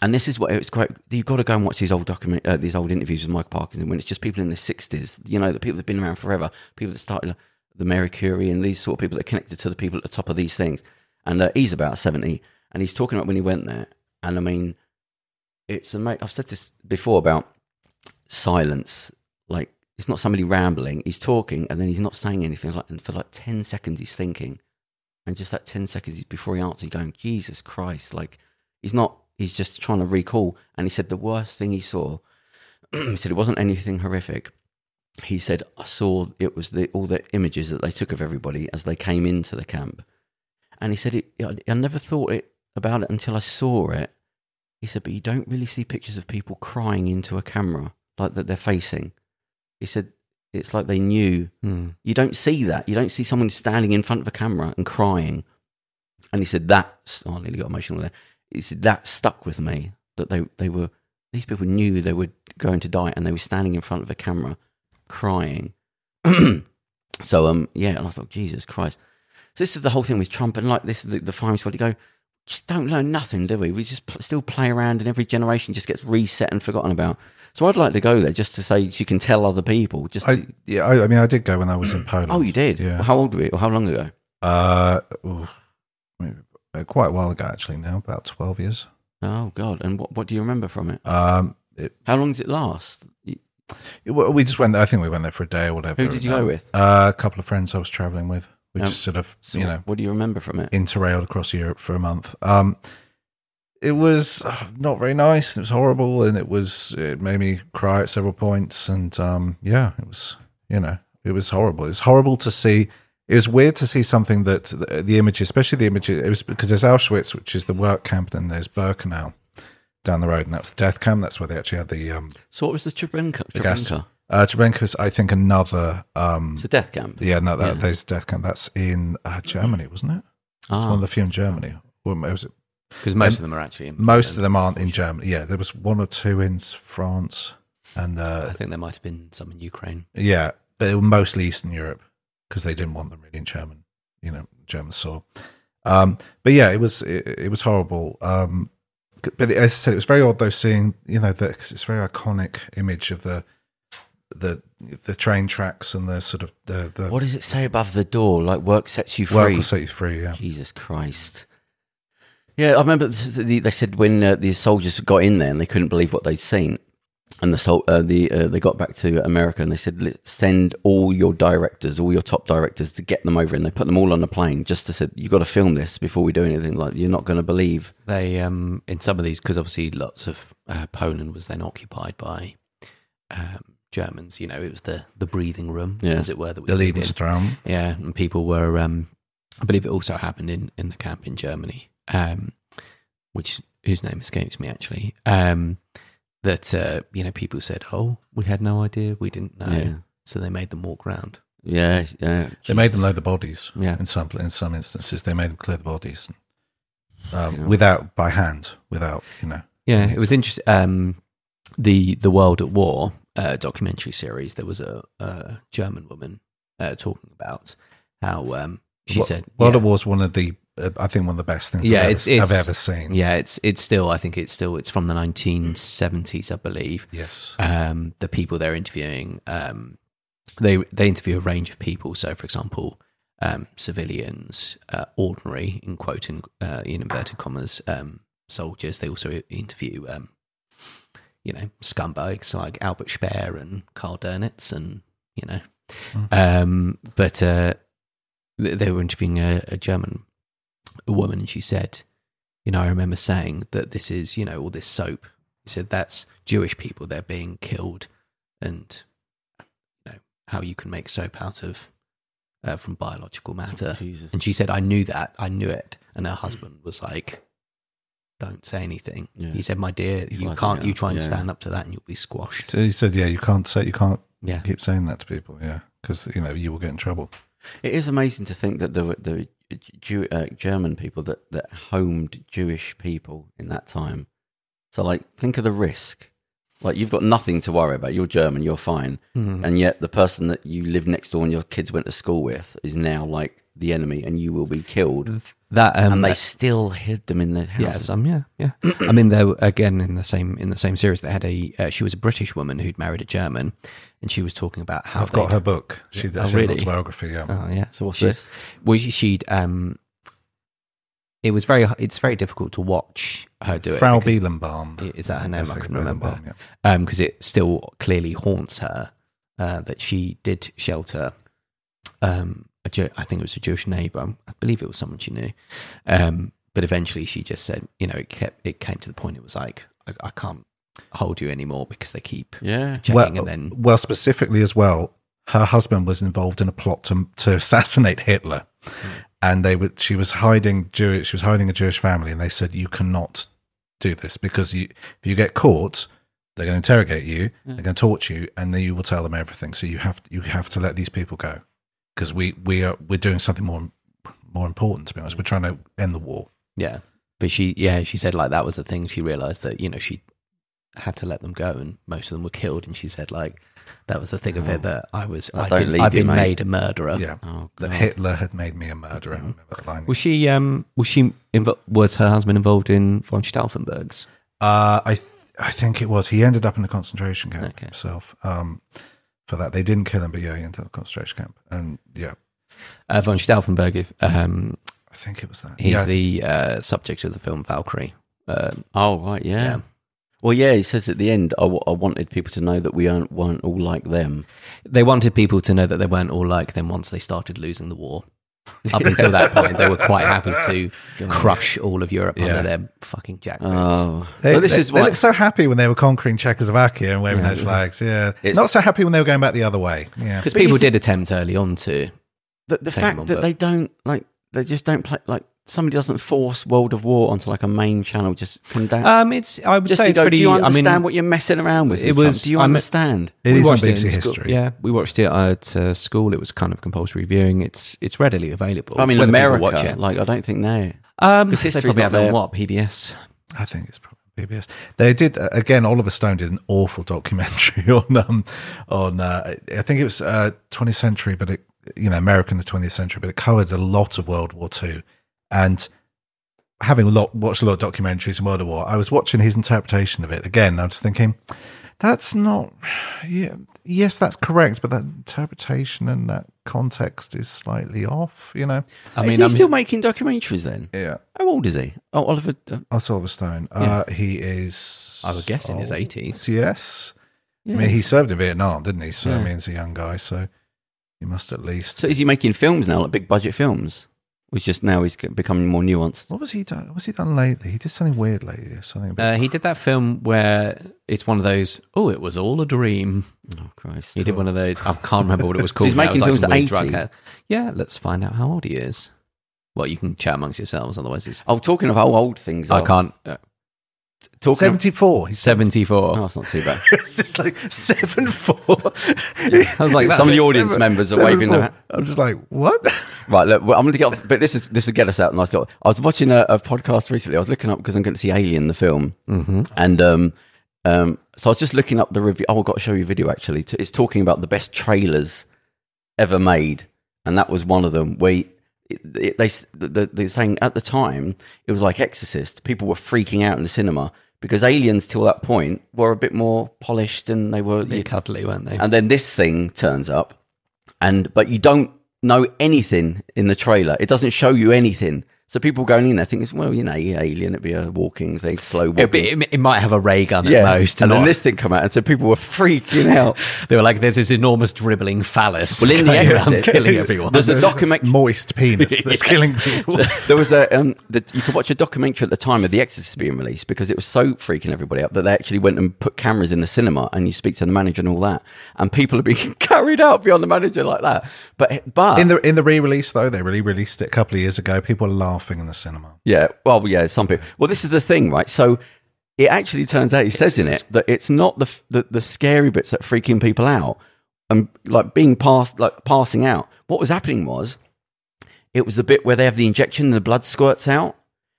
and this is what it's quite. You've got to go and watch these old document, uh, these old interviews with Mike Parkinson when it's just people in the sixties. You know, the people that've been around forever, people that started like, the Mary Curie and these sort of people that are connected to the people at the top of these things. And uh, he's about seventy, and he's talking about when he went there. And I mean, it's amazing. I've said this before about silence. Like it's not somebody rambling. He's talking, and then he's not saying anything. Like and for like ten seconds, he's thinking, and just that ten seconds before he answers, he's going, "Jesus Christ!" Like he's not he's just trying to recall. And he said the worst thing he saw, *clears throat* he said it wasn't anything horrific. He said, I saw it was the, all the images that they took of everybody as they came into the camp. And he said, it, I, I never thought it about it until I saw it. He said, but you don't really see pictures of people crying into a camera like that they're facing. He said, it's like they knew. You don't see that. You don't see someone standing in front of a camera and crying. And he said, that, oh, I nearly got emotional there it's that stuck with me that they they were these people knew they were going to die and they were standing in front of a camera crying. *clears throat* so um yeah, and I thought Jesus Christ. So this is the whole thing with Trump and like this the, the firing squad. You go just don't learn nothing, do we? We just pl- still play around and every generation just gets reset and forgotten about. So I'd like to go there just to say you can tell other people. Just
I, yeah, I, I mean, I did go when I was in Poland.
oh, you did.
Yeah.
How old were you? Or how long ago?
Uh, ooh, maybe, uh, quite a while ago, actually. Now about twelve years.
Oh God! And what what do you remember from it?
Um, it,
How long does it last? You-
it- well, we just went. There, I think we went there for a day or whatever.
Who did you go with?
Uh, a couple of friends I was traveling with. We
Um,
just sort of,
So
you know,
what do you remember from it?
interrailed across Europe for a month. Um, it was uh, not very nice. and It was horrible, and it was it made me cry at several points. And um, yeah, it was you know it was horrible. It was horrible to see. It was weird to see something that the, the image, especially the image, it was because there's Auschwitz, which is the work camp, and there's Birkenau down the road, and that's the death camp. That's where they actually had the um,
So what was the Treblinka?
the gas.
Treblinka?
Uh, Treblinka is, I think, another. Um,
It's a death camp.
yeah, no, that,
Yeah.
there's death camp. That's in uh, Germany, wasn't it? It's
Ah.
one of the few in Germany. Or was it
because most
Um,
of them are actually in
most of them aren't in Germany. Yeah, there was one or two in France, and
I
uh,
think there might have been some in Ukraine.
yeah, but they were mostly Eastern Europe because they didn't want them really in German, you know, German soil. Um, but yeah, it was it, it was horrible. Um, c- but as I said, it was very odd though seeing you know that because it's a very iconic image of the the the train tracks and the sort of the, the
Ah. What does it say above the door? Like work sets you
work
free.
will set you free. Yeah,
Jesus Christ. Yeah, I remember this is the- they said when uh, the soldiers got in there and they couldn't believe what they'd seen, and the sol- uh, the uh, they got back to America and they said "Let- send all your directors, all your top directors, to get them over, and they put them all on a plane just to said you got to film this before we do anything. Like you're not going to believe.
They um in some of these because obviously lots of uh, Poland was then occupied by um, Germans. You know, it was the the breathing room,
Yeah.
as it were, that we
the
lived in.
Lebensraum.
Yeah, and people were. Um, I believe it also happened in in the camp in Germany, um, which whose name escapes me actually. Um, that uh, you know, people said, "Oh, we had no idea, we didn't know,"
Yeah.
so they made them walk round.
Yeah, yeah.
They made them load the bodies.
Yeah.
In some in some instances, they made them clear the bodies um,
Yeah.
without by hand, without you know.
Yeah, it was interesting. Um, the The World at War uh, documentary series. There was a, a German woman uh, talking about how um, she
Wo-
said,
World
yeah,
at War is one of the uh, I think one of the best things
Yeah,
I've,
it's-
ever,
it's-
I've ever seen.
Yeah, it's it's still. I think it's still. It's from the nineteen seventies, I believe.
Yes.
um, the people they're interviewing. Um, they they interview a range of people. So, for example, um, civilians, uh, ordinary in quoting uh, in inverted commas, um, soldiers. They also interview, um, you know, scumbags like Albert Speer and Karl Dönitz, and you know, um, but uh, th- they were interviewing a, a German woman, and she said, you know, I remember saying that this is, you know, all this soap. He said that's Jewish people. They're being killed, and you know how you can make soap out of uh, from biological matter.
Jesus. Hmm.
And she said, I knew that. I knew it. And her husband was like, Don't say anything.
Yeah.
He said, My dear,
He's
you
like,
can't.
yeah,
You try and
yeah.
stand up to that, and you'll be squashed.
So you said, yeah, you can't say you can't
Yeah.
keep saying that to people, yeah, because you know you will get in trouble.
It is amazing to think that the the Jew, uh, German people that, that homed Jewish people in that time. So, like, think of the risk. Like, you've got nothing to worry about. You're German, you're fine.
Mm-hmm. Hmm.
And yet, the person that you live next door and your kids went to school with is now like the enemy and you will be killed.
That um,
and they
that-
still hid them in their house.
yeah, some yeah,
*clears throat*
yeah. I mean, though, again in the same in the same series, they had a uh, she was a British woman who'd married a German, and she was talking about how
I've got
they'd-
her book. She,
Oh,
she had an
really?
autobiography. Yeah.
Oh yeah.
So what's
She-
this?
Well, she, she'd um, it was very it's very difficult to watch her do it.
Frau
because-
Bielenbaum.
Is that her name?
Yes,
I
I
can
can remember,
remember. Um, because it still clearly haunts her uh, that she did shelter. Um, a Jew, I think it was a Jewish neighbor. I believe it was someone she knew. Um, but eventually, she just said, you know, it kept. It came to the point. It was like I, I can't hold you anymore because they keep
Yeah.
checking,
Well,
and then
well, specifically as well, her husband was involved in a plot to, to assassinate Hitler, and they were she was hiding Jewish. She was hiding a Jewish family, and they said you cannot do this because you if you get caught, they're going to interrogate you, they're going to torture you, and then you will tell them everything. So you have you have to let these people go because we we are we're doing something more more important. To be honest, we're trying to end the war.
Yeah. But she, yeah, she said like that was the thing. She realized that, you know, she had to let them go and most of them were killed. And she said like that was the thing of it that I was,
I
I've
don't
been,
leave
I've
you,
been
mate.
made a murderer.
Yeah,
Oh,
that
God.
Hitler had made me a murderer. I remember that line.
Was she, um, was she, invo- was her husband involved in von Stauffenberg's?
Uh, I th- I think it was. He ended up in a concentration camp
Okay.
himself. Um, for that, they didn't kill him, but yeah, he ended up in a concentration camp, and yeah,
Uh, von Stauffenberg, if, um,
I think it was that.
he's
yeah,
the uh, subject of the film Valkyrie. Uh,
Oh, right. Yeah.
Yeah.
Well, yeah, he says at the end, I, w- I wanted people to know that we aren't, weren't all like them.
they wanted people to know that they weren't all like them once they started losing the war. Up until *laughs* that point, they were quite happy to crush all of Europe
Yeah.
under their fucking jackboots.
Oh.
They,
so this
they-
is
they
why.
looked so happy when they were conquering Czechoslovakia and waving those flags. Yeah,
It's-
not so happy when they were going back the other way. Yeah,
Because
But you
people
thi-
did attempt early on to.
the, the
Take them
fact
on
that
board.
they don't like they just don't play like somebody doesn't force World of War onto like a main channel just condemn
Um, it's. I would
just
say
to
it's
go,
pretty.
do you
I
understand
mean,
what you're messing around with
it
it was
was-
do you
I'm-
understand
it
we
is on
watched it
BBC
in school-
history.
Yeah, we watched it at uh, school. It was kind of compulsory viewing. It's it's readily available.
I mean
Whether people
America
watch it.
like I don't think they
um,
'cause
they
history's not
probably have it
there.
on what PBS.
I think it's probably PBS. They did uh, again. Oliver Stone did an awful documentary *laughs* on um, on uh, I think it was uh, 20th century, but it you know America in the 20th century, but it covered a lot of World War Two, and having a lot watched a lot of documentaries on World War, I was watching his interpretation of it again. I'm just thinking that's not *sighs* yeah yes that's correct, but that interpretation and that context is slightly off. You know,
I
is
mean,
he
I'm,
still making documentaries then
yeah.
how old is he oh Oliver uh,
Oh, Oliver Stone. Uh, He is.
I would guess in his
old.
80s.
Yes. I mean, he served in Vietnam, didn't he? So I mean, he's a young guy, so he must at least.
so is he making films now like big budget films which just now he's c- becoming more nuanced
what was he done? What's he done lately? He did something weird lately. Something. About,
Uh, he did that film where it's one of those. Oh, it was all a dream.
oh Christ
He did one of those. I can't
*laughs*
remember what it was called.
he's
now. It
making
was
films
some
at
weird drug
80.
house. Yeah, let's find out how old he is. Well, you can chat amongst yourselves. Otherwise, it's.
oh talking of how old things are
I can't. Uh,
talking of-
Seventy-four. He's *laughs*
*laughs*
74.
oh it's not too
*laughs*
bad
it's just like seven four.
I was like,
Some of the audience members are waving their
their. I'm just like, what?
Right, look, well, I'm going to get off, but this is this will get us out. And I thought I was watching a, a podcast recently. I was looking up because I'm going to see Alien the film, mm-hmm. and um, um, so I was just looking up the review. Oh, I've got to show you a video actually. T- It's talking about the best trailers ever made, and that was one of them. Where it, it, they s- the, the, they're saying at the time it was like Exorcist. People were freaking out in the cinema because Aliens till that point were a bit more polished and they were
Bit cuddly, weren't they?
and then this thing turns up and but you don't know anything in the trailer it doesn't show you anything so people going in there think it's well you know yeah, alien it'd be a walking thing slow walking
It'd be- it, it might have a ray gun
yeah
at most.
and
not-
then this thing come out and so people were freaking
*laughs*
out
they were like, "There's this enormous dribbling phallus
Well, in
*laughs*
the
going
exit-
around
*laughs*
killing everyone."
There's a
There's *laughs*
document-
Moist
*laughs*
penis that's killing people.
there was a um, the, you could watch a documentary at the time of The Exorcist being released because it was so freaking everybody up that they actually went and put cameras in the cinema and you speak to the manager and all that and people are being *laughs* carried out beyond the manager like that but but
In the in the re-release though, they re-released it a couple of years ago. People are laughing in the cinema.
Yeah. Well, yeah, some people. Well, this is the thing, right? So it actually turns out he says in it that it's not the, f- the the scary bits that freaking people out and like being passed, like passing out. What was happening was It was the bit where they have the injection and the blood squirts out,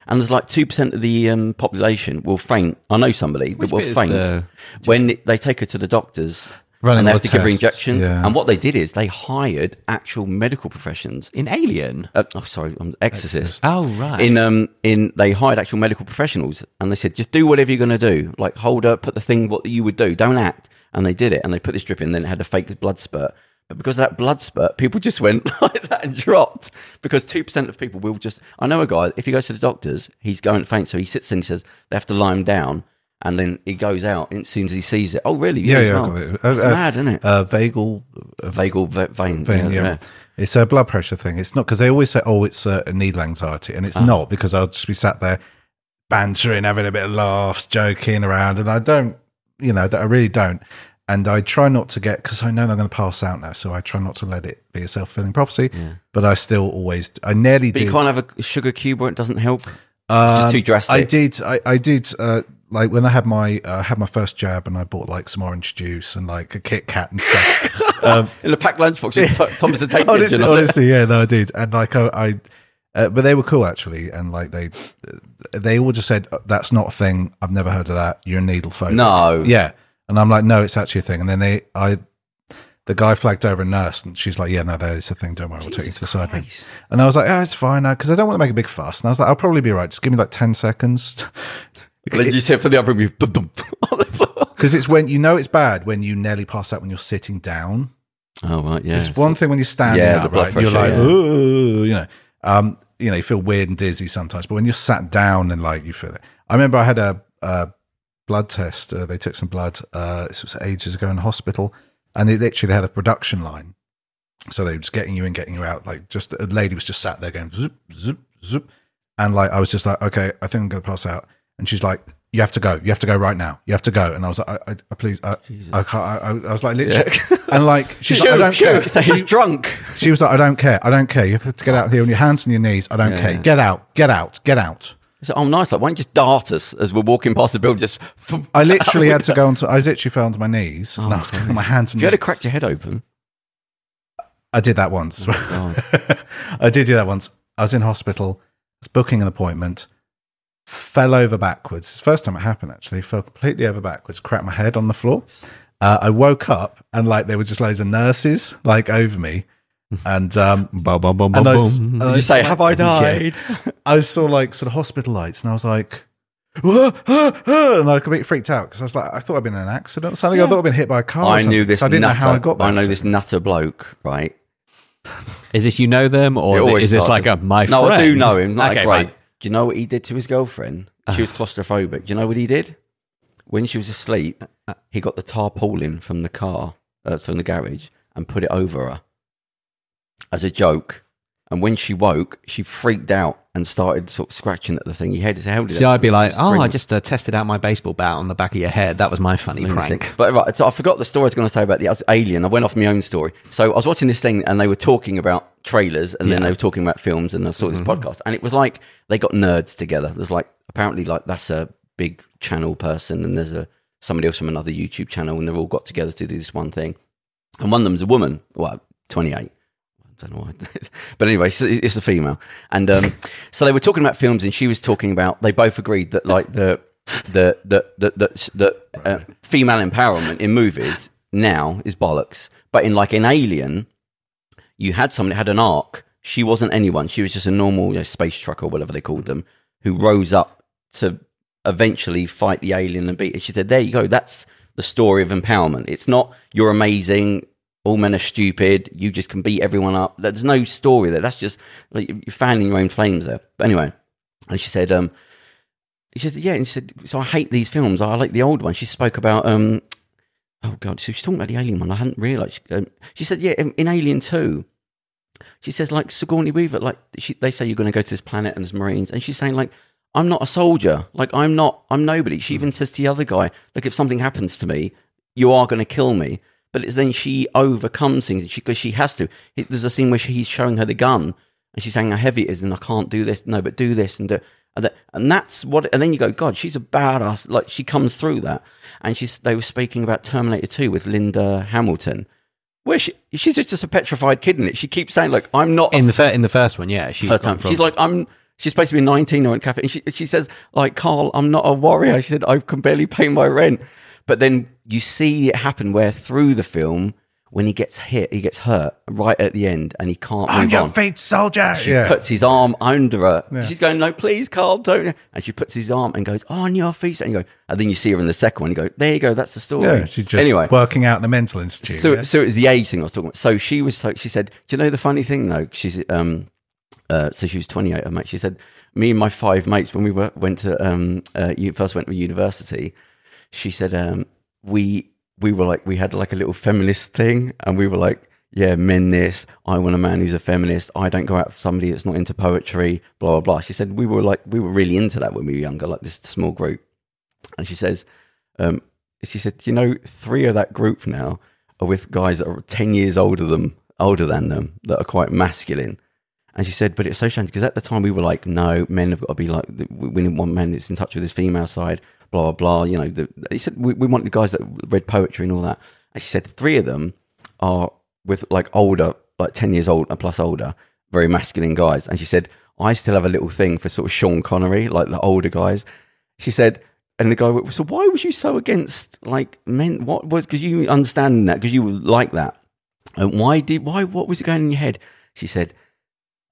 and there's like two percent of the um, population will faint. I know somebody that will
bit is
faint
the-
when it- they take her to the doctors.
Running
and they
all
have to
the
give her
tests,
injections.
yeah.
And what they did is they hired actual medical professions.
in Alien.
Uh, oh, sorry, um, exorcist.
Oh right.
In um, in they hired actual medical professionals, and they said, just do whatever you're going to do. Like hold up, put the thing what you would do. Don't act. And they did it, and they put this drip in. Then it had a fake blood spurt. But because of that blood spurt, people just went *laughs* like that and dropped. Because two percent of people will just. I know a guy. If he goes to the doctors, he's going to faint. So he sits in. He says they have to lie him down, and then he goes out and as soon as he sees it. Oh, really?
Yeah, yeah,
as well.
I got it.
It's
Uh, uh,
mad, isn't it?
Uh, vagal
Vagal ve- vein.
thing, yeah.
yeah. yeah.
It's a blood pressure thing. It's not because they always say, "Oh, it's uh, a needle anxiety," and it's
Ah.
not because I'll just be sat there bantering, having a bit of laughs, joking around, and I don't, you know, that I really don't. And I try not to get because I know I'm going to pass out now, so I try not to let it be a self fulfilling prophecy. But I still always, I nearly
But
did.
you can't have a sugar cube where it doesn't help.
Um,
just too drastic.
I did. I, I did. Uh, like when I had my uh, had my first jab, and I bought like some orange juice and like a Kit Kat and
*laughs*
stuff.
in a packed
*laughs*
lunchbox with Thomas the Tank
honestly,
Engine on it.
honestly, yeah, no, I did. And like I, I uh, but they were cool actually, and like they, they all just said "Uh, that's not a thing. I've never heard of that. You're a needle phobe.
No.
*laughs* Yeah, and I'm like, no, it's actually a thing. And then they, I, the guy flagged over a nurse, and she's like, yeah, no, that is a thing. Don't worry, we'll take you to the side room.
Christ.
And I was like, oh, it's fine, because I don't want to make a big fuss. And I was like, I'll probably be right. Just give me like ten seconds. *laughs*
And then you said for the other room, you dum, *laughs* dum, on the floor.
Because it's when you know it's bad when you nearly pass out when you're sitting down.
Oh, right, yeah.
It's one thing when you're standing
Yeah, the
up,
blood
right? You're like,
pressure, yeah.
ooh, you know, um, you know, you feel weird and dizzy sometimes. But when you're sat down and like you feel it, I remember I had a, a blood test. Uh, they took some blood. Uh, this was ages ago in the hospital, and they literally they had a production line, so they were just getting you in, getting you out. Like just a lady was just sat there going zip, zip, zip, and like I was just like, okay, I think I'm gonna pass out, and she's like. You have to go. You have to go right now. You have to go. And I was like, I, I, I please, I, I can't. I, I was like, literally, and like,
*laughs*
she's like, I don't care.
So
*laughs*
he's drunk.
She was like, I don't care. I don't care. You have to get out here on your hands and your knees. I don't care. Get out. Get out. Get out.
So, oh, nice. Like, why don't you just dart us as we're walking past the building? Just. thump. *laughs*
I literally had to go onto, I literally fell onto my knees. and I was on my hands and
If Oh, you had
knees.
a cracked your head open,
I did that once.
Oh,
*laughs* I did do that once. I was in hospital, I was booking an appointment, fell over backwards. First time it happened, actually. Fell completely over backwards, cracked my head on the floor. Uh, I woke up and like there were just loads of nurses like over
*laughs*
me. And um,
Boom, boom, boom,
and
boom,
I s-
boom.
and
you
saw,
say,
like,
"Have I
yeah.
died?"
*laughs* I saw like sort of hospital lights, and I was like, "Whoa, ah, ah," and I was a bit freaked out because I was like, I thought I'd been in an accident or something. I thought I'd been hit by a car. or
I knew
something,
this.
So I didn't
nutter,
know how I got there.
know this nutter bloke, right?
Is this you know them
It
or
always
is this
starts
like a
with-
my
No, I do
friend?
know him. Not
Okay,
great.
fine. Uh-huh.
Do you know what he did to his girlfriend? She was claustrophobic. Do you know what he did? When she was asleep,
Uh,
he got the tarpaulin from the car, uh, from the garage, and put it over her as a joke. And when she woke, she freaked out and started sort of scratching at the thing. He had his held it.
See, I'd be like, oh, I
Spring-
just uh, tested out my baseball bat on the back of your head. That was my funny
Lunatic.
prank.
But right, so I forgot the story I was going to say about the alien. I went off my own story. So I was watching this thing and they were talking about trailers and then they were talking about films and I saw this podcast and it was like they got nerds together. There's like apparently like that's a big channel person and there's a somebody else from another YouTube channel and they've all got together to do this one thing. And one of them's a woman, well, 28. I don't know why. *laughs* but anyway, it's, it's a female. And um, so they were talking about films, and she was talking about, they both agreed that, like, the, the, the, the, the, the uh, female empowerment in movies now is bollocks. But in, like, an alien, you had someone that had an arc. She wasn't anyone. She was just a normal you know, space truck or whatever they called them who rose up to eventually fight the alien and beat it. She said, There you go. That's the story of empowerment. It's not you're amazing. All men are stupid. You just can beat everyone up. There's no story there. That's just like, you're fanning your own flames there. But anyway, and she said, um, he said, yeah. And she said, so I hate these films. I like the old one. She spoke about, um, oh God, so she's talking about the Alien one. I hadn't realised. Um, she said, yeah, in, in Alien 2, she says, like, Sigourney Weaver, like, she, they say you're going to go to this planet and there's Marines. And she's saying, like, I'm not a soldier. Like, I'm not, I'm nobody. She even says to the other guy, look, if something happens to me, you are going to kill me. But it's then she overcomes things because she, has to. It- there's a scene where she, he's showing her the gun and she's saying how heavy it is and I can't do this. No, but do this and do. And that- and that's what. And then you go, God, she's a badass. Like she comes through that. And she's. They were speaking about Terminator Two with Linda Hamilton Where she, she's just a petrified kid in it. She keeps saying, "Look, I'm not a
in the fir- in the first one, yeah, she's
her time.
from-
She's like, I'm. She's supposed to be 19 or in cafe, and she she says like, Carl, I'm not a warrior. She said I can barely pay my rent. But then you see it happen where through the film when he gets hit, he gets hurt right at the end, and he can't
I'm
move
your
on.
feet, soldier.
She
yeah.
puts his arm under her. She's going, no, please, Carl, don't. And she puts his arm and goes, "Oh, on your feet. And you go, and then you see her in the second one. You go, there you go, that's the story.
yeah, she's just
anyway.
working out in the mental institute.
So,
yeah.
so it was the age thing I was talking about. So she was so she said, "Do you know the funny thing though?" She's um, uh, so she was twenty eight. Her mate. She said, "Me and my five mates when we were, went to um, uh, you first went to university." She said, um, "We we were like we had like a little feminist thing, and we were like." Yeah, men this. I want a man who's a feminist. I don't go out for somebody that's not into poetry, blah, blah, blah. She said, We were like, we were really into that when we were younger, like this small group. And she says, um, she said, you know, three of that group now are with guys that are 10 years older than, older than them, that are quite masculine. And she said, but it's so strange because at the time we were like, no, men have got to be like, we we need one man that's in touch with his female side, blah, blah, blah. You know, the, he said, we, we wanted guys that read poetry and all that. And she said, three of them are with like older, like 10 years old and plus older, very masculine guys. And she said, I still have a little thing for sort of Sean Connery, like the older guys. She said, and the guy went, so why was you so against like men? What was, because you understand that, because you were like that. And why did, why, what was going in your head? She said,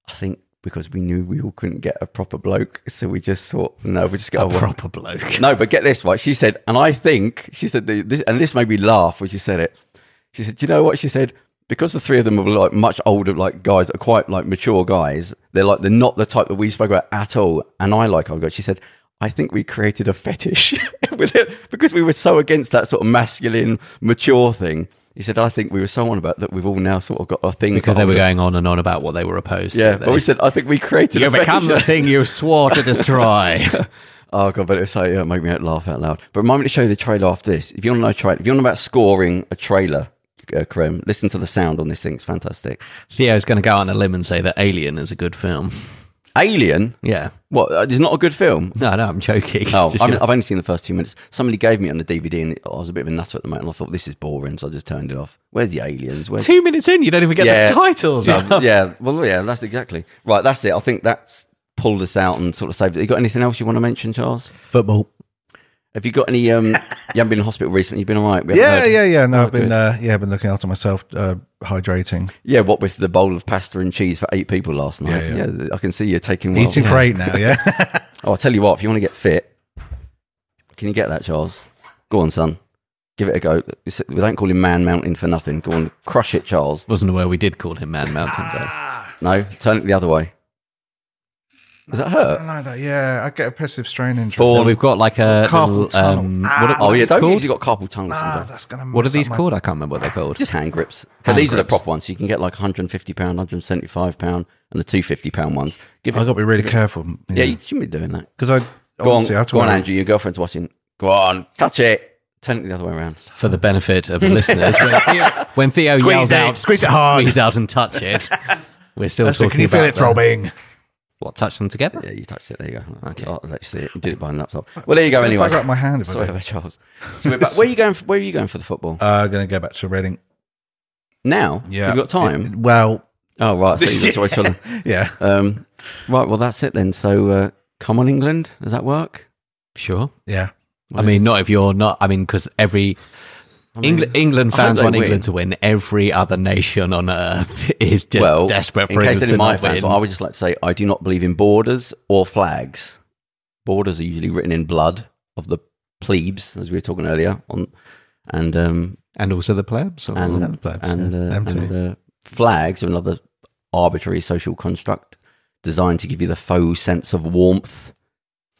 I think because we knew we all couldn't get a proper bloke. So we just thought, no, we just got a, one."
proper bloke.
No, but get this right. She said, and I think she said, the- this, and this made me laugh when she said it. She said, "Do you know what?" She said, "Because the three of them are like much older, like guys that are quite like mature guys. They're like they're not the type that we spoke about at all." And I like, I go. She said, "I think we created a fetish *laughs* with it because we were so against that sort of masculine, mature thing." He said, "I think we were so on about that. We've all now sort of got a thing
*laughs* because
for
they were
older-
going on and on about what they were opposed to.
Yeah,
They-
but we said, I think we created
you
a fetish.
become the thing you swore
*laughs*
to destroy.
Oh god, but it's like yeah, it made me laugh out loud. But remind me to show you the trailer after this. If you want to know tra- if you want to know about scoring a trailer, uh, Krem, listen to the sound on this thing. It's fantastic.
Theo's going to go out on a limb and say that Alien is a good film.
Alien.
Yeah.
What? uh, It's not a good film.
No, no, I'm joking.
Oh,
*laughs* Just,
I've,
you know,
I've only seen the first two minutes. Somebody gave me it on the DVD, and I was a bit of a nutter at the moment. And I thought this is boring, so I just turned it off. Where's the aliens?
*laughs*
Where's
two minutes in, you don't even get
Yeah.
the titles.
Um,
*laughs*
yeah. Well, yeah. That's exactly right. That's it. I think that's pulled us out and sort of saved it. You got anything else you want to mention, Charles?
football.
Have you got any? Um, you haven't been in hospital recently. You've been all right. We haven't
Yeah,
heard-
yeah, yeah. No,
Oh,
I've been
good.
uh, yeah, I've been looking after myself, uh, hydrating,
Yeah, what with the bowl of pasta and cheese for eight people last night.
Yeah,
Yeah,
yeah.
I can see you're taking well.
eating for eight now.
*laughs*
Yeah, *laughs*
Oh, I'll tell you what, if you want to get fit, can you get that, Charles? Go on, son. Give it a go. It's- We don't call him Man Mountain for nothing. Go on, crush it, Charles.
Wasn't aware we did call him Man Mountain,
Ah.
though.
No, turn it the other way. Does that hurt?
Something like that. Yeah, I get a passive strain injury.
So we've got like a
Carpal
little,
tunnel.
um,
Ah,
what, are-
Oh, yeah,
what's it
don't
called?
use you got carpal tunnel
Ah,
syndrome.
that's gonna.
What are
mess up
these
my-
called? I can't remember what they're called.
Just hand grips. But
Hand
these are the
grips.
proper ones. You can get like 150 pound, 175 pound, and the 250 pound ones. Give it.
I've got to be really careful.
yeah,
Yeah,
you should be doing that.
because I
Go on,
obviously I have to
go on,
wear-
Andrew. Your girlfriend's watching. Go on, touch it. Turn it the other way around.
for the benefit of the listeners,
*laughs*
when Theo, when Theo
Squeeze
yells
it,
out,
squeeze it hard.
squeeze out and
*laughs*
touch it, we're still
That's it,
talking
Can you
about
feel it
the-
throbbing?
What touch them together?
Yeah, you touched it. There you go. Okay, oh, let's see it. You did it by the laptop. Well, there you go. Anyway,
I got my hand. if I
*laughs* sorry
do.
about Charles. So we're back. Where are you going? For, where are you going for the football
Uh, going to go back to Reading.
now?
Yeah,
you've got time.
It- well,
oh right, so you've got to
*laughs* yeah.
um, Right, well that's it then. So uh, come on, England. Does that work?
Sure.
Yeah.
I mean, not if you're not. I mean, because every England, England
I hope
fans
they
want
win.
England to win. Every other nation on earth *laughs* is just
well,
desperate for
in case
England
any
to
of my
not
fans,
win.
I would just like to say I do not believe in borders or flags. Borders are usually written in blood of the plebes, as we were talking earlier on, and um,
and also the plebs. or-
and,
and the plebs,
and,
yeah.
uh,
Them too.
and, uh, flags are another arbitrary social construct designed to give you the faux sense of warmth.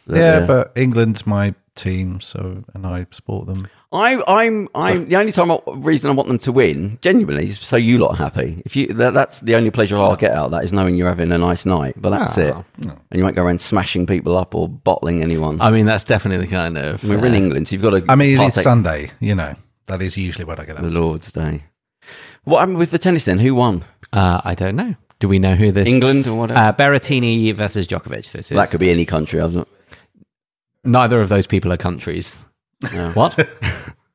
that,
yeah,
uh,
but England's my team, so and I support them.
I, I'm, I'm the only time I, reason I want them to win, genuinely, is so you lot are happy. If you, that, that's the only pleasure I'll get out of that is knowing you're having a nice night. But
Ah,
that's it,
Oh.
and you won't go around smashing people up or bottling anyone.
I mean, that's definitely the kind of.
We're in England, so you've got to.
I mean, it is
partake
Sunday. You know, that is usually what I get. Up.
the
to.
Lord's Day. What happened with the tennis then? Who won?
uh, I don't know. Do we know who this?
England or whatever?
Uh, Berrettini versus Djokovic. This is
that could be any country. I've not.
*laughs*
neither of those people are countries.
*laughs* No.
What?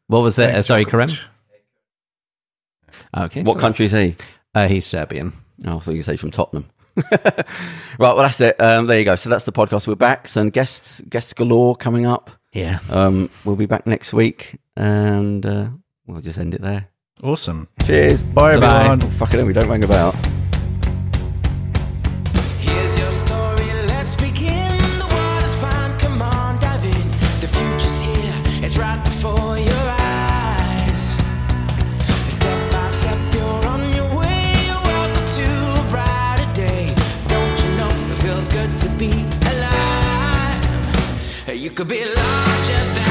what was it? Uh, sorry, Karim. Uh, Okay.
What
so-
country is he?
Uh, he's Serbian.
Oh, I thought you say from Tottenham. *laughs* right, well that's it. Um, there you go. So that's the podcast. We're back. Some guests guests galore coming up.
Yeah.
Um, we'll be back next week, and uh, we'll just end it there. Oh,
Awesome.
Cheers.
Bye,
Bye.
everyone.
Fucking hell, we don't hang about.
Here's your story, let's begin. The water's fine, come on, dive in. The future's here, it's right before your eyes. Step by step, you're on your way. Welcome to a brighter day. Don't you know it feels good to be alive? You could be larger than.